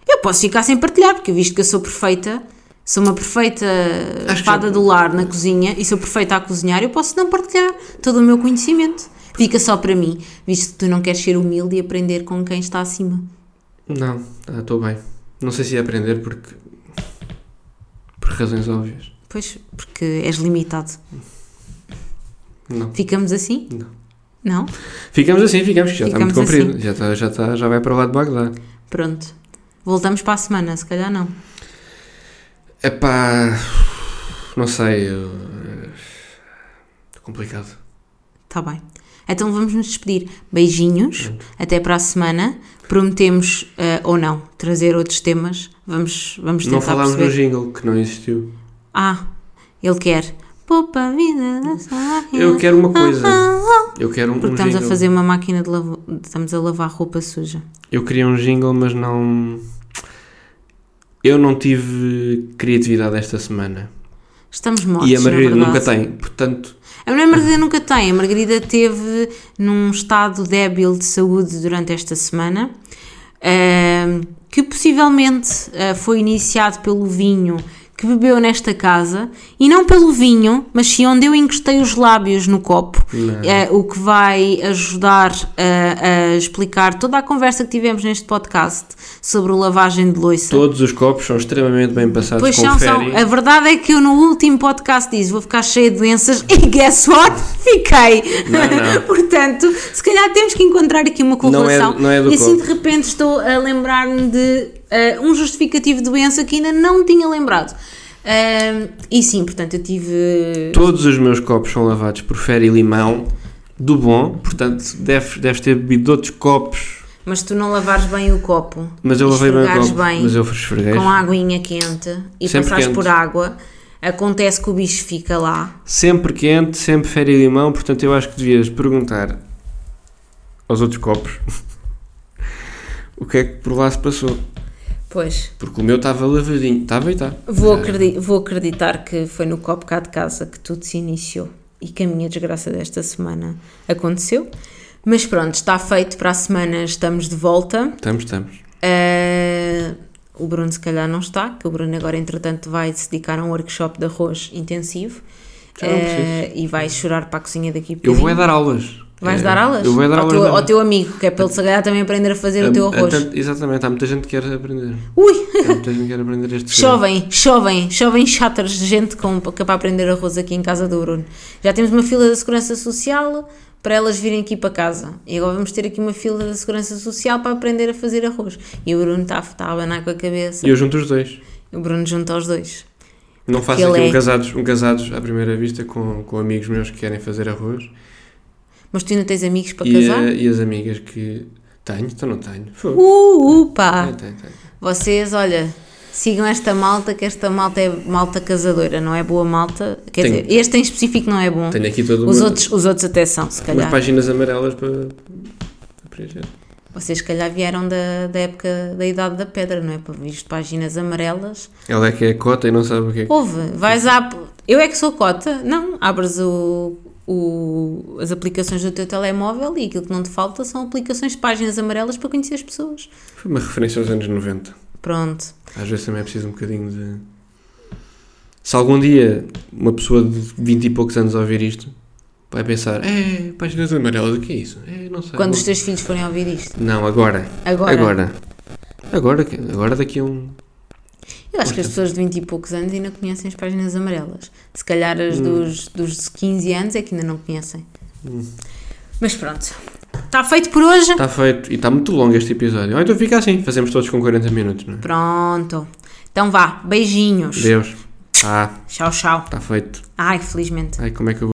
[SPEAKER 1] Eu posso ficar sem partilhar, porque visto que eu sou perfeita, sou uma perfeita
[SPEAKER 2] Acho que
[SPEAKER 1] fada
[SPEAKER 2] já-
[SPEAKER 1] do lar na cozinha e sou perfeita a cozinhar, eu posso não partilhar todo o meu conhecimento. Fica só para mim, visto que tu não queres ser humilde e aprender com quem está acima.
[SPEAKER 2] Não, ah, estou bem. Não sei se ia aprender porque. Por razões óbvias.
[SPEAKER 1] Pois, porque és limitado.
[SPEAKER 2] Não.
[SPEAKER 1] Ficamos assim?
[SPEAKER 2] Não.
[SPEAKER 1] Não?
[SPEAKER 2] Ficamos assim, ficamos, que já está muito
[SPEAKER 1] Ficamos
[SPEAKER 2] comprido.
[SPEAKER 1] assim.
[SPEAKER 2] Já, está, já, está, já vai para lá de Bagdá.
[SPEAKER 1] Pronto. Voltamos para a semana, se calhar não.
[SPEAKER 2] Epá. Não sei. eu- é Complicado.
[SPEAKER 1] Está bem. Então vamos nos despedir. Beijinhos, até para a semana. Prometemos, eh, ou não, trazer outros temas. Vamos, vamos
[SPEAKER 2] Não
[SPEAKER 1] tentar
[SPEAKER 2] falámos
[SPEAKER 1] perceber.
[SPEAKER 2] no jingle que não existiu.
[SPEAKER 1] Ah, ele quer. Poupa a vida da sua
[SPEAKER 2] Eu
[SPEAKER 1] vida.
[SPEAKER 2] quero uma coisa.
[SPEAKER 1] Ah, ah, ah.
[SPEAKER 2] Eu quero um,
[SPEAKER 1] Porque
[SPEAKER 2] um
[SPEAKER 1] estamos a
[SPEAKER 2] jingle.
[SPEAKER 1] fazer uma máquina de lavar. Estamos a lavar roupa suja.
[SPEAKER 2] Eu queria um jingle, mas não. Eu não tive criatividade esta semana.
[SPEAKER 1] Estamos mortos.
[SPEAKER 2] e a Margarida
[SPEAKER 1] na
[SPEAKER 2] nunca
[SPEAKER 1] é
[SPEAKER 2] tá
[SPEAKER 1] verdade.
[SPEAKER 2] tem. Portanto,
[SPEAKER 1] A mulher Margarida nunca tem. A Margarida teve num estado débil de saúde durante esta semana, ahm, que possivelmente ah, foi iniciado pelo vinho que bebeu nesta casa, e não pelo vinho, mas sim onde eu encostei os lábios no copo,
[SPEAKER 2] Não.
[SPEAKER 1] eh, o que vai ajudar a, a explicar toda a conversa que tivemos neste podcast sobre o lavagem de louça.
[SPEAKER 2] todos os copos são extremamente bem passados.
[SPEAKER 1] Pois são,
[SPEAKER 2] Confere.
[SPEAKER 1] são. A verdade é que eu no último podcast disse vou ficar cheia de doenças [LAUGHS] e guess what? Fiquei.
[SPEAKER 2] Não, não.
[SPEAKER 1] [LAUGHS] Portanto, se calhar temos que encontrar aqui uma
[SPEAKER 2] Não é-
[SPEAKER 1] correlação.
[SPEAKER 2] não é do
[SPEAKER 1] e assim
[SPEAKER 2] corpo.
[SPEAKER 1] de repente estou a lembrar-me de ah, um justificativo de doença que ainda não tinha lembrado. Ah, e sim, portanto, eu tive.
[SPEAKER 2] Todos os meus copos são lavados por fera e limão, do bom, portanto, deves, deves ter bebido outros copos.
[SPEAKER 1] Mas tu não lavares bem o copo.
[SPEAKER 2] Mas eu lavei bem o
[SPEAKER 1] esfregares
[SPEAKER 2] copo, mas eu esfreguei.
[SPEAKER 1] com a aguinha quente e
[SPEAKER 2] Sempre
[SPEAKER 1] passares
[SPEAKER 2] quente.
[SPEAKER 1] por água, acontece que o bicho fica lá.
[SPEAKER 2] Sempre quente, sempre fera e limão, portanto, eu acho que devias perguntar aos outros copos [LAUGHS] o que é que por lá se passou.
[SPEAKER 1] Pois.
[SPEAKER 2] Porque o meu estava lavadinho, estava e está.
[SPEAKER 1] Vou, acredi- vou acreditar que foi no copo cá de casa que tudo se iniciou e que a minha desgraça desta semana aconteceu. Mas pronto, está feito para a semana, estamos de volta.
[SPEAKER 2] Estamos, estamos.
[SPEAKER 1] Eh, o Bruno, se calhar, não está, que o Bruno agora, entretanto, vai se dedicar a um workshop de arroz intensivo
[SPEAKER 2] Já não
[SPEAKER 1] Eh, e vai chorar para a cozinha daqui a
[SPEAKER 2] Eu vou é
[SPEAKER 1] bocadinho.
[SPEAKER 2] dar aulas.
[SPEAKER 1] Vais
[SPEAKER 2] É,
[SPEAKER 1] dar aulas?
[SPEAKER 2] Eu vou é dar
[SPEAKER 1] ao,
[SPEAKER 2] aulas.
[SPEAKER 1] teu,
[SPEAKER 2] de
[SPEAKER 1] ao
[SPEAKER 2] arroz.
[SPEAKER 1] teu amigo, que é para ele, se calhar, também aprender a fazer o teu
[SPEAKER 2] Há- há
[SPEAKER 1] arroz.
[SPEAKER 2] tanto- exatamente, há muita gente que quer aprender.
[SPEAKER 1] Ui!
[SPEAKER 2] Há muita gente que quer aprender este segredo.
[SPEAKER 1] Chovem, chovem, chovem chatters de gente com, que é para aprender arroz aqui em casa do Bruno. Já temos uma fila da Segurança Social para elas virem aqui para casa. E agora vamos ter aqui uma fila da Segurança Social para aprender a fazer arroz. E o Bruno está, está a abanar com a cabeça.
[SPEAKER 2] E eu junto os dois.
[SPEAKER 1] O Bruno junta os dois.
[SPEAKER 2] Não faço
[SPEAKER 1] ele
[SPEAKER 2] aqui um,
[SPEAKER 1] é-
[SPEAKER 2] casados, um casados à primeira vista com, com amigos meus que querem fazer arroz
[SPEAKER 1] Mas tu ainda tens amigos para
[SPEAKER 2] e,
[SPEAKER 1] casar?
[SPEAKER 2] eh, e as amigas que tenho, então não tenho. Fogo.
[SPEAKER 1] Uh, upa!
[SPEAKER 2] Tenho, tenho, tenho.
[SPEAKER 1] Vocês, olha, sigam esta malta, que esta malta é malta casadora, não é boa malta. Quer
[SPEAKER 2] Tenho-
[SPEAKER 1] dizer, este em específico não é bom.
[SPEAKER 2] Tenho aqui todo
[SPEAKER 1] Os
[SPEAKER 2] uma-
[SPEAKER 1] outros, os outros até são, se
[SPEAKER 2] umas
[SPEAKER 1] calhar.
[SPEAKER 2] páginas amarelas para, para preencher.
[SPEAKER 1] Vocês, se calhar, vieram da, da época da Idade da Pedra, não é? Para visto páginas amarelas.
[SPEAKER 2] Ela é que é cota e não sabe o que é. que-
[SPEAKER 1] Houve, vais à. Eu é que sou cota? Não. Abres o, o- as aplicações do teu telemóvel e aquilo que não te falta são aplicações de páginas amarelas para conhecer as pessoas.
[SPEAKER 2] Foi uma referência aos anos 90.
[SPEAKER 1] Pronto.
[SPEAKER 2] Às vezes também é preciso um bocadinho de. Se algum dia uma pessoa de 20 e poucos anos ouvir isto, vai pensar: é, páginas amarelas, o que é isso? É, não sei.
[SPEAKER 1] Quando
[SPEAKER 2] Bom,
[SPEAKER 1] os teus filhos forem ouvir isto.
[SPEAKER 2] Não, agora.
[SPEAKER 1] Agora,
[SPEAKER 2] Agora. Agora, que- agora daqui a um.
[SPEAKER 1] eu acho que as pessoas de 20 e poucos anos ainda conhecem as páginas amarelas. Se calhar as
[SPEAKER 2] Hum.
[SPEAKER 1] dos, dos 15 anos é que ainda não conhecem. Mas pronto. Está feito por hoje.
[SPEAKER 2] Está feito. E está muito longo este episódio. Ou então fica assim. Fazemos todos com 40 minutos, não é?
[SPEAKER 1] Pronto.
[SPEAKER 2] Então vá, beijinhos.
[SPEAKER 1] Deus. Ah,
[SPEAKER 2] Tchau, tchau.
[SPEAKER 1] está feito.
[SPEAKER 2] Ah, Ai, felizmente.
[SPEAKER 1] Ai, como é que eu vou